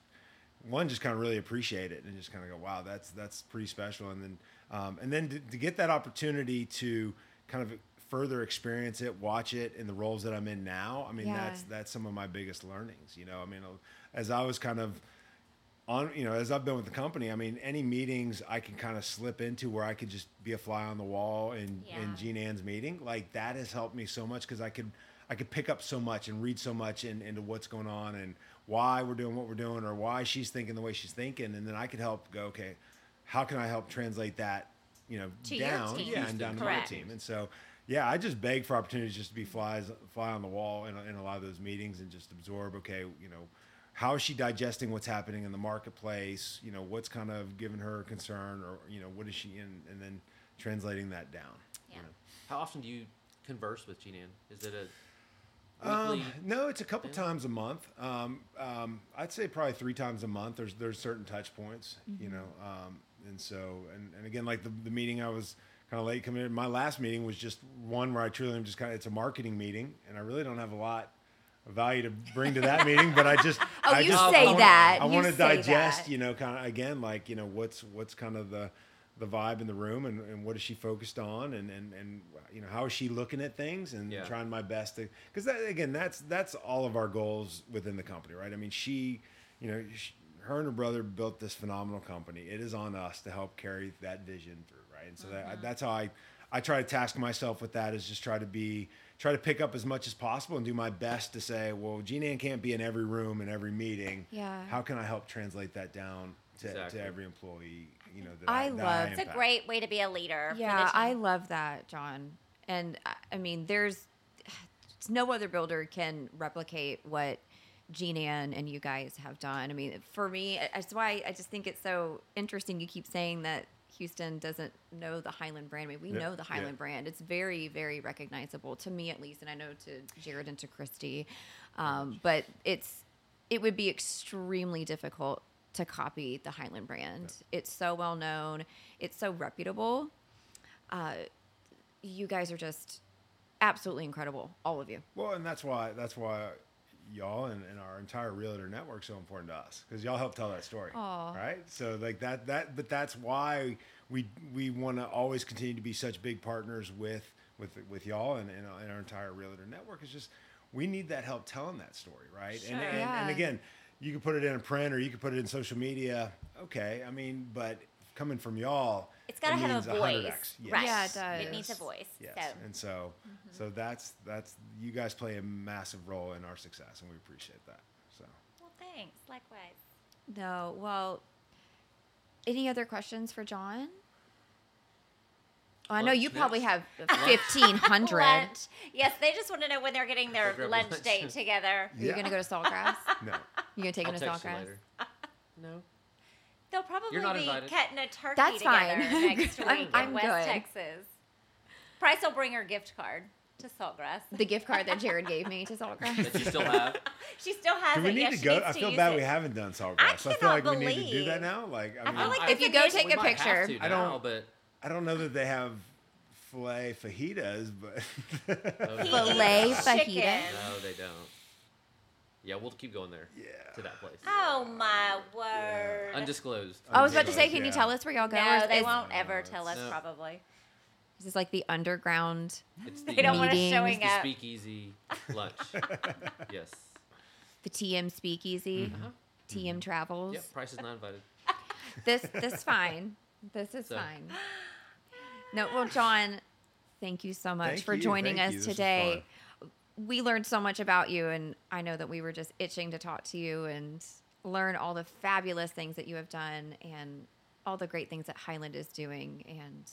Speaker 4: one just kind of really appreciate it and just kind of go wow that's that's pretty special and then um, and then to, to get that opportunity to kind of further experience it watch it in the roles that i'm in now i mean
Speaker 2: Yeah.
Speaker 4: that's that's some of my biggest learnings you know i mean as i was kind of on you know as i've been with the company i mean any meetings i can kind of slip into where i could just be a fly on the wall in
Speaker 1: Yeah.
Speaker 4: in jean ann's meeting like that has helped me so much because i could i could pick up so much and read so much in, into what's going on and why we're doing what we're doing or why she's thinking the way she's thinking and then i could help go okay how can i help translate that you know
Speaker 1: To your
Speaker 4: down
Speaker 1: team.
Speaker 4: yeah and down to my
Speaker 1: Correct.
Speaker 4: team and so yeah i just beg for opportunities just to be flies fly on the wall in, a- in a lot of those meetings and just absorb okay you know how is she digesting what's happening in the marketplace you know what's kind of giving her concern or you know what is she in and then translating that down you
Speaker 1: Yeah.
Speaker 4: know.
Speaker 3: How often do you converse with Jean Ann? Is it a
Speaker 4: Um,
Speaker 3: weekly?
Speaker 4: no, it's a couple
Speaker 3: Yeah.
Speaker 4: times a month. Um, um, I'd say probably three times a month. There's there's certain touch points, you
Speaker 2: Mm-hmm.
Speaker 4: know, um, and so and, and again, like the, the meeting I was kind of late coming in. My last meeting was just one where I truly am just kind of it's a marketing meeting, and I really don't have a lot of value to bring to that meeting, but I just
Speaker 2: (laughs) Oh,
Speaker 4: I
Speaker 2: you
Speaker 4: just,
Speaker 2: say
Speaker 4: I wanna,
Speaker 2: that.
Speaker 4: I
Speaker 2: You
Speaker 4: want to
Speaker 2: say
Speaker 4: digest,
Speaker 2: that.
Speaker 4: you know, kind of again, like you know, what's what's kind of the the vibe in the room and, and what is she focused on and, and and you know how is she looking at things and
Speaker 3: Yeah.
Speaker 4: trying my best to because that again that's that's all of our goals within the company right i mean she you know she, her and her brother built this phenomenal company it is on us to help carry that vision through right and so that, that's how i i try to task myself with that is just try to be try to pick up as much as possible and do my best to say well jean ann can't be in every room and every meeting
Speaker 2: Yeah.
Speaker 4: how can i help translate that down to,
Speaker 3: Exactly.
Speaker 4: to every employee you know that
Speaker 2: I
Speaker 4: that
Speaker 2: love-
Speaker 1: It's a
Speaker 4: impact.
Speaker 1: great way to be a leader. for the
Speaker 2: Yeah, I
Speaker 1: team.
Speaker 2: love that, John. And I- I mean, there's no other builder can replicate what Jean Ann and you guys have done. I mean, for me, I- that's why I just think it's so interesting. You keep saying that Houston doesn't know the Highland brand. I mean, we
Speaker 4: Yeah,
Speaker 2: know the
Speaker 4: yeah.
Speaker 2: Highland brand. It's very, very recognizable to me, at least, and I know to Jared and to Christy. Um, but it's it would be extremely difficult to copy the Highland brand. It's so well known. It's so reputable Uh, you guys are just absolutely incredible, all of you.
Speaker 4: Well, and that's why that's why y'all and, and our entire realtor network so important to us because y'all help tell that story,
Speaker 2: Aw.
Speaker 4: right? So like that that but that's why we we want to always continue to be such big partners with with with y'all and, and, and our entire realtor network is just we need that help telling that story, right?
Speaker 1: Sure.
Speaker 4: And, and, and
Speaker 2: Yeah.
Speaker 4: again, you can put it in a print or you can put it in social media. Okay, I mean, but coming from y'all,
Speaker 1: It's gotta
Speaker 4: it
Speaker 1: have a
Speaker 4: means 100x.
Speaker 1: voice,
Speaker 4: Yes.
Speaker 1: right.
Speaker 2: Yeah, it does.
Speaker 1: It needs a voice.
Speaker 4: Yes,
Speaker 1: So Mm-hmm.
Speaker 4: and so so that's that's you guys play a massive role in our success, and we appreciate that. So
Speaker 1: well, thanks. Likewise.
Speaker 2: No, well, any other questions for John? Oh, I know
Speaker 3: Lunch
Speaker 2: you probably have
Speaker 3: (laughs) next.
Speaker 2: $1,500.
Speaker 1: Lunch. Yes, they just want to know when they're getting their
Speaker 3: Go grab
Speaker 1: lunch
Speaker 3: lunch.
Speaker 1: date together.
Speaker 2: You're going to go to Saltgrass?
Speaker 1: (laughs)
Speaker 4: no,
Speaker 2: You're going to take
Speaker 3: I'll
Speaker 2: him to
Speaker 3: text you
Speaker 2: Saltgrass?
Speaker 3: later.
Speaker 2: (laughs)
Speaker 3: No. (laughs)
Speaker 1: They'll probably
Speaker 3: not
Speaker 1: be
Speaker 3: invited.
Speaker 1: cutting a turkey
Speaker 2: That's
Speaker 1: together
Speaker 2: fine. (laughs)
Speaker 1: next week
Speaker 2: I'm-
Speaker 1: in
Speaker 2: I'm
Speaker 1: West
Speaker 2: good.
Speaker 1: Texas. Price will bring her gift card to Saltgrass.
Speaker 2: The gift card that Jared gave me to
Speaker 3: That
Speaker 2: Saltgrass.
Speaker 3: you still have.
Speaker 1: She still has
Speaker 4: do
Speaker 1: it.
Speaker 4: we need
Speaker 1: yes,
Speaker 4: to
Speaker 1: she
Speaker 4: go?
Speaker 1: needs
Speaker 4: I
Speaker 1: to
Speaker 4: feel
Speaker 1: use
Speaker 4: bad
Speaker 1: it.
Speaker 4: we haven't done Saltgrass. I, feel
Speaker 1: cannot
Speaker 4: like we need to do
Speaker 1: believe-
Speaker 4: that now. Like I mean,
Speaker 1: feel
Speaker 4: I,
Speaker 1: like
Speaker 3: I-
Speaker 2: If you go take
Speaker 3: We
Speaker 2: a
Speaker 3: might have
Speaker 2: picture,
Speaker 3: to
Speaker 4: I
Speaker 3: now,
Speaker 4: don't-
Speaker 3: But
Speaker 4: don't know that they have filet fajitas, but (laughs)
Speaker 3: oh,
Speaker 1: He
Speaker 3: no.
Speaker 2: Filet
Speaker 1: eats
Speaker 2: fajita.
Speaker 1: chicken.
Speaker 3: No, they don't. Yeah, we'll keep going there.
Speaker 4: Yeah.
Speaker 3: To that place.
Speaker 1: Oh my word!
Speaker 3: Undisclosed.
Speaker 2: (laughs) I was about to
Speaker 4: Undisclosed,
Speaker 2: say, can you
Speaker 4: yeah.
Speaker 2: tell us where y'all go? or
Speaker 1: No,
Speaker 2: is-
Speaker 1: they
Speaker 2: is-
Speaker 1: won't
Speaker 4: No,
Speaker 1: ever
Speaker 4: it's-
Speaker 1: tell us.
Speaker 3: No.
Speaker 1: Probably
Speaker 2: Is this like the underground?
Speaker 3: It's the,
Speaker 1: they don't want us
Speaker 2: Meetings,
Speaker 1: showing
Speaker 3: the
Speaker 1: up.
Speaker 3: speakeasy lunch. yes.
Speaker 2: The TM Speakeasy,
Speaker 1: Uh-huh.
Speaker 2: TM Travels.
Speaker 3: Mm-hmm. Yep. Price is not invited.
Speaker 2: this
Speaker 3: (laughs)
Speaker 2: this fine. This is
Speaker 3: So-
Speaker 2: fine. No, well, John, thank you so much
Speaker 4: Thank
Speaker 2: for
Speaker 4: you,
Speaker 2: joining
Speaker 4: thank
Speaker 2: us
Speaker 4: you. This was
Speaker 2: today. We learned so much about you, and I know that we were just itching to talk to you and learn all the fabulous things that you have done and all the great things that Highland is doing. And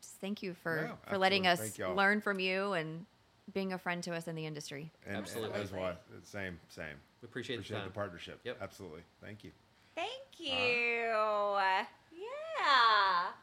Speaker 2: just thank you for
Speaker 4: No,
Speaker 2: for letting
Speaker 4: absolutely.
Speaker 2: us
Speaker 4: Thank y'all.
Speaker 2: learn from you and being a friend to us in the industry.
Speaker 4: and,
Speaker 3: Absolutely.
Speaker 4: And that's why same same.
Speaker 3: We appreciate,
Speaker 4: Appreciate
Speaker 3: the
Speaker 4: the
Speaker 3: time.
Speaker 4: partnership.
Speaker 3: Yep.
Speaker 4: Absolutely. Thank you.
Speaker 1: Thank you.